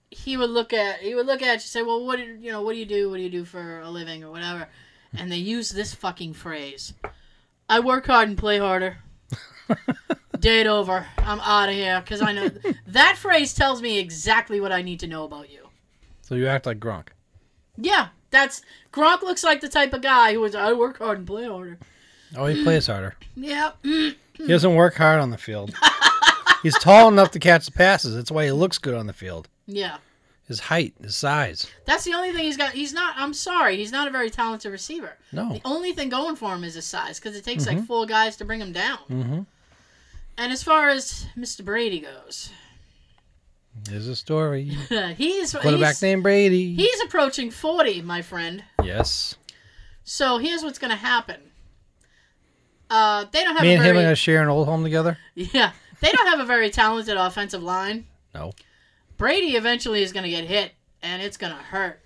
[SPEAKER 2] he would look at he would look at you and say, Well what do- you know, what do you do? What do you do for a living or whatever? And they use this fucking phrase. I work hard and play harder. Date over. I'm out of here because I know that phrase tells me exactly what I need to know about you.
[SPEAKER 3] So you act like Gronk.
[SPEAKER 2] Yeah, that's Gronk looks like the type of guy who was I work hard and play harder. Mm,
[SPEAKER 3] Oh, he plays harder.
[SPEAKER 2] Yeah,
[SPEAKER 3] He doesn't work hard on the field. He's tall enough to catch the passes. That's why he looks good on the field.
[SPEAKER 2] yeah.
[SPEAKER 3] His height, his size.
[SPEAKER 2] That's the only thing he's got. He's not. I'm sorry, he's not a very talented receiver.
[SPEAKER 3] No.
[SPEAKER 2] The only thing going for him is his size because it takes like four guys to bring him down.
[SPEAKER 3] Mm-hmm.
[SPEAKER 2] And as far as Mr. Brady goes, (laughs)
[SPEAKER 3] There's a story.
[SPEAKER 2] he's
[SPEAKER 3] Quarterback
[SPEAKER 2] he's,
[SPEAKER 3] named Brady.
[SPEAKER 2] he's approaching forty, my friend.
[SPEAKER 3] yes.
[SPEAKER 2] So here's what's gonna happen. Uh, they don't have
[SPEAKER 3] Me
[SPEAKER 2] a
[SPEAKER 3] and
[SPEAKER 2] very
[SPEAKER 3] him are gonna share an old home together.
[SPEAKER 2] (laughs) yeah. They don't have a very talented offensive line.
[SPEAKER 3] No.
[SPEAKER 2] Brady eventually is gonna get hit, and it's gonna hurt.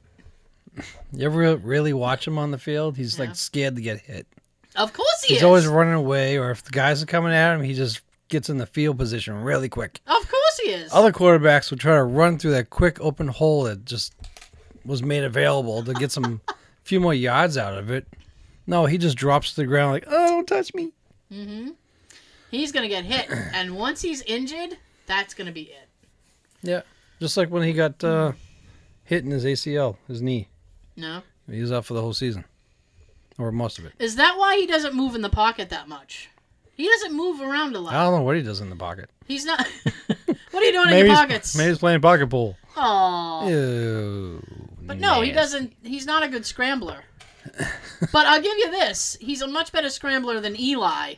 [SPEAKER 3] You ever really watch him on the field? He's
[SPEAKER 2] Yeah.
[SPEAKER 3] like scared to get hit.
[SPEAKER 2] Of course he
[SPEAKER 3] He's
[SPEAKER 2] is.
[SPEAKER 3] always running away, or if the guys are coming at him, he just gets in the field position really quick.
[SPEAKER 2] Of course he is.
[SPEAKER 3] Other quarterbacks would try to run through that quick open hole that just was made available to get some (laughs) few more yards out of it. No, he just drops to the ground like, oh, don't touch me.
[SPEAKER 2] He's gonna get
[SPEAKER 3] (clears throat)
[SPEAKER 2] hit, and once he's injured, that's gonna be it.
[SPEAKER 3] Yeah, just like when he got uh, hit in his ACL, his knee.
[SPEAKER 2] No,
[SPEAKER 3] He was out for the whole season, or most of it.
[SPEAKER 2] is that why he doesn't move in the pocket that much? He doesn't move around a
[SPEAKER 3] I
[SPEAKER 2] lot.
[SPEAKER 3] don't know what he does in the pocket.
[SPEAKER 2] He's not. (laughs) what are you doing in
[SPEAKER 3] Maybe
[SPEAKER 2] your
[SPEAKER 3] he's-
[SPEAKER 2] pockets?
[SPEAKER 3] Maybe he's playing pocket pool.
[SPEAKER 2] Aw.
[SPEAKER 3] Ew.
[SPEAKER 2] But no, he doesn't. He's not a good
[SPEAKER 3] (laughs)
[SPEAKER 2] scrambler. but I'll give you this: he's a much better scrambler than
[SPEAKER 3] (laughs)
[SPEAKER 2] Eli.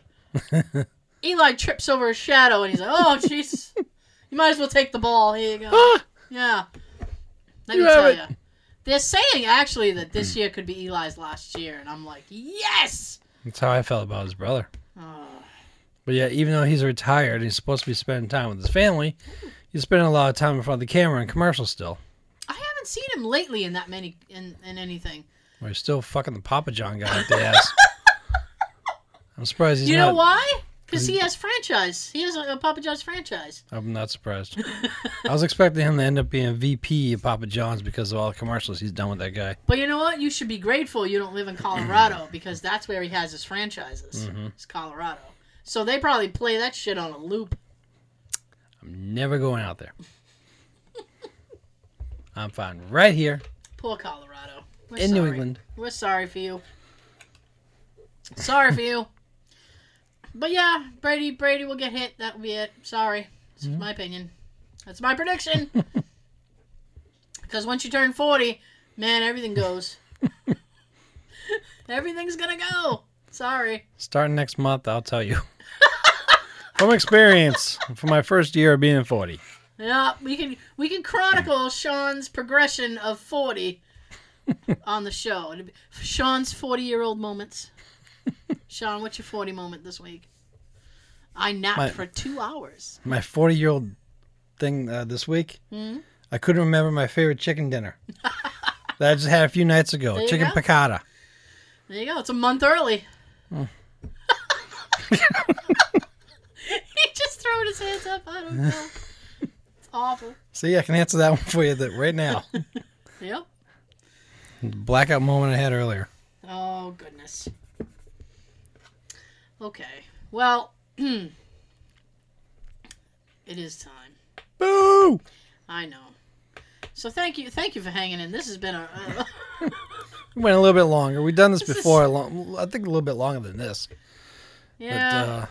[SPEAKER 2] Eli trips over his shadow, and he's like, "Oh, jeez, you might as well take the ball." Here you go. yeah. Let
[SPEAKER 3] You
[SPEAKER 2] me tell
[SPEAKER 3] have
[SPEAKER 2] you, they're saying actually that this year could be Eli's last year, and I'm like, yes.
[SPEAKER 3] (gasps) That's how I felt about his brother.
[SPEAKER 2] Oh,
[SPEAKER 3] But yeah, even though he's retired, he's supposed to be spending time with his family. He's spending a lot of time in front of the camera and commercials still.
[SPEAKER 2] I haven't seen him lately in that many in, in anything.
[SPEAKER 3] Well, he's still fucking the Papa John
[SPEAKER 2] (laughs)
[SPEAKER 3] guy up the ass. I'm surprised he's
[SPEAKER 2] you
[SPEAKER 3] not.
[SPEAKER 2] know why? Because he has franchise. He has a, a Papa John's franchise.
[SPEAKER 3] I'm not surprised. I was expecting him to end up being VP of Papa John's because of all the commercials he's done with that guy.
[SPEAKER 2] But you know what? You should be grateful you don't live in
[SPEAKER 3] (clears throat)
[SPEAKER 2] Colorado because that's where he has his franchises.
[SPEAKER 3] Mm-hmm.
[SPEAKER 2] It's Colorado. So they probably play that shit on a loop.
[SPEAKER 3] I'm never going out there. (laughs) I'm fine right here
[SPEAKER 2] Poor Colorado. We're
[SPEAKER 3] in New
[SPEAKER 2] sorry.
[SPEAKER 3] England.
[SPEAKER 2] We're sorry for you. Sorry for you. But yeah, Brady Brady will get hit. That'll be it. Sorry. It's my opinion. That's my prediction. because once you turn 40, man, everything goes. (laughs) Everything's going to go. Sorry.
[SPEAKER 3] Starting next month, I'll tell you. (laughs) From experience, from my first year of being 40.
[SPEAKER 2] Yeah, we can we can chronicle Sean's progression of 40 on the show. It'd be- Sean's 40-year-old moments. Sean, what's your 40 moment this week? I napped
[SPEAKER 3] My-
[SPEAKER 2] for 2 hours.
[SPEAKER 3] my 40 year old thing uh, this week,
[SPEAKER 2] Mhm.
[SPEAKER 3] I couldn't remember my favorite
[SPEAKER 2] (laughs)
[SPEAKER 3] chicken dinner that I just had a few nights ago
[SPEAKER 2] There you
[SPEAKER 3] chicken
[SPEAKER 2] go.
[SPEAKER 3] piccata.
[SPEAKER 2] There you go. It's a month early. (laughs) he just throwed his hands up. I don't know. It's awful.
[SPEAKER 3] See, I can answer that (laughs) one for you that right now.
[SPEAKER 2] Yep.
[SPEAKER 3] Blackout moment I had earlier.
[SPEAKER 2] Oh goodness. Okay. Well, (clears throat) it is time.
[SPEAKER 3] Boo!
[SPEAKER 2] I know. So thank you, thank you for hanging in. This has been a. Uh,
[SPEAKER 3] We went a little bit longer. We've done this
[SPEAKER 2] This is-
[SPEAKER 3] before. a long, I think a little bit longer than this.
[SPEAKER 2] (laughs) yeah.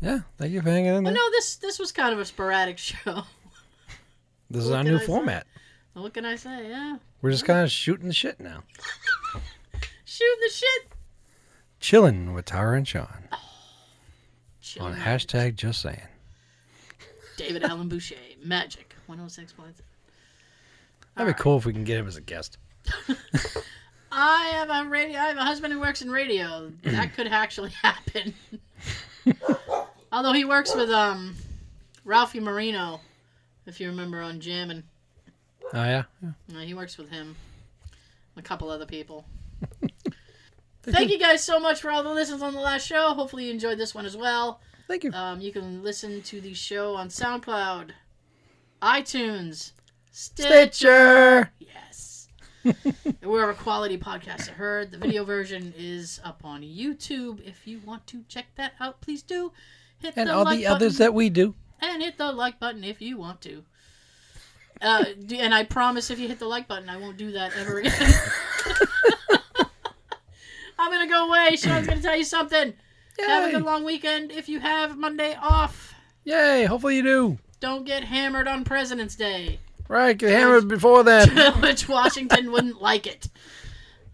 [SPEAKER 3] But uh, yeah, thank you for hanging in
[SPEAKER 2] Well,
[SPEAKER 3] there.
[SPEAKER 2] no, this this was kind of a sporadic (laughs) show.
[SPEAKER 3] this is
[SPEAKER 2] what
[SPEAKER 3] our
[SPEAKER 2] can
[SPEAKER 3] new
[SPEAKER 2] I say?
[SPEAKER 3] format.
[SPEAKER 2] what can I say? Yeah.
[SPEAKER 3] We're
[SPEAKER 2] Mm-hmm.
[SPEAKER 3] just kind of shooting the shit now.
[SPEAKER 2] Shoot the shit.
[SPEAKER 3] Chilling with Tara and Sean on
[SPEAKER 2] Chilling.
[SPEAKER 3] hashtag just saying.
[SPEAKER 2] David Allen Boucher, Magic, 106 points.
[SPEAKER 3] That'd be cool if we can get him as a guest.
[SPEAKER 2] I have a radio. I have a husband who works in radio. That could actually (laughs) happen. Although he works with um, Ralphie Marino, if you remember on Jammin'.
[SPEAKER 3] Oh, yeah? yeah.
[SPEAKER 2] No, he works with him. A couple other people. (laughs) Thank you guys so much for all the listens on the last show. Hopefully you enjoyed this one as well.
[SPEAKER 3] Thank you.
[SPEAKER 2] Um, you can listen to the show on SoundCloud, iTunes, Stitch.
[SPEAKER 3] Stitcher! (laughs)
[SPEAKER 2] Yes. Wherever quality podcasts are heard, the video version is up on YouTube. If you want to check that out, please do. Hit
[SPEAKER 3] and
[SPEAKER 2] the
[SPEAKER 3] all
[SPEAKER 2] like
[SPEAKER 3] the others
[SPEAKER 2] button
[SPEAKER 3] that we do.
[SPEAKER 2] and hit the like button if you want to. Uh, d- and I promise if you hit the like button, I won't do that ever
[SPEAKER 3] (laughs)
[SPEAKER 2] again. I'm gonna go away. Sean's gonna tell you something. Have a
[SPEAKER 3] Yay!
[SPEAKER 2] good long weekend. If you have Monday off,
[SPEAKER 3] Yay! Hopefully you do.
[SPEAKER 2] don't get hammered on President's Day, (laughs)
[SPEAKER 3] Right, get hammered before then.
[SPEAKER 2] which Washington wouldn't like it.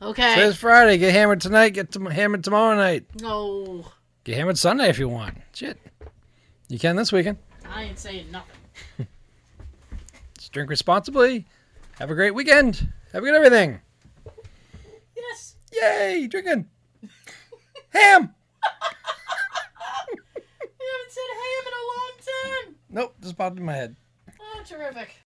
[SPEAKER 2] Okay.
[SPEAKER 3] It's Friday. Get hammered tonight. Get tom- hammered tomorrow night.
[SPEAKER 2] No,
[SPEAKER 3] Get hammered Sunday if you want. Shit, you can this weekend.
[SPEAKER 2] I ain't saying nothing.
[SPEAKER 3] Just drink responsibly. Have a great weekend. Have a good everything.
[SPEAKER 2] Yes.
[SPEAKER 3] Yay! Drinking. Ham.
[SPEAKER 2] You haven't said ham in a long time.
[SPEAKER 3] Nope, just popped in my head.
[SPEAKER 2] Oh, terrific.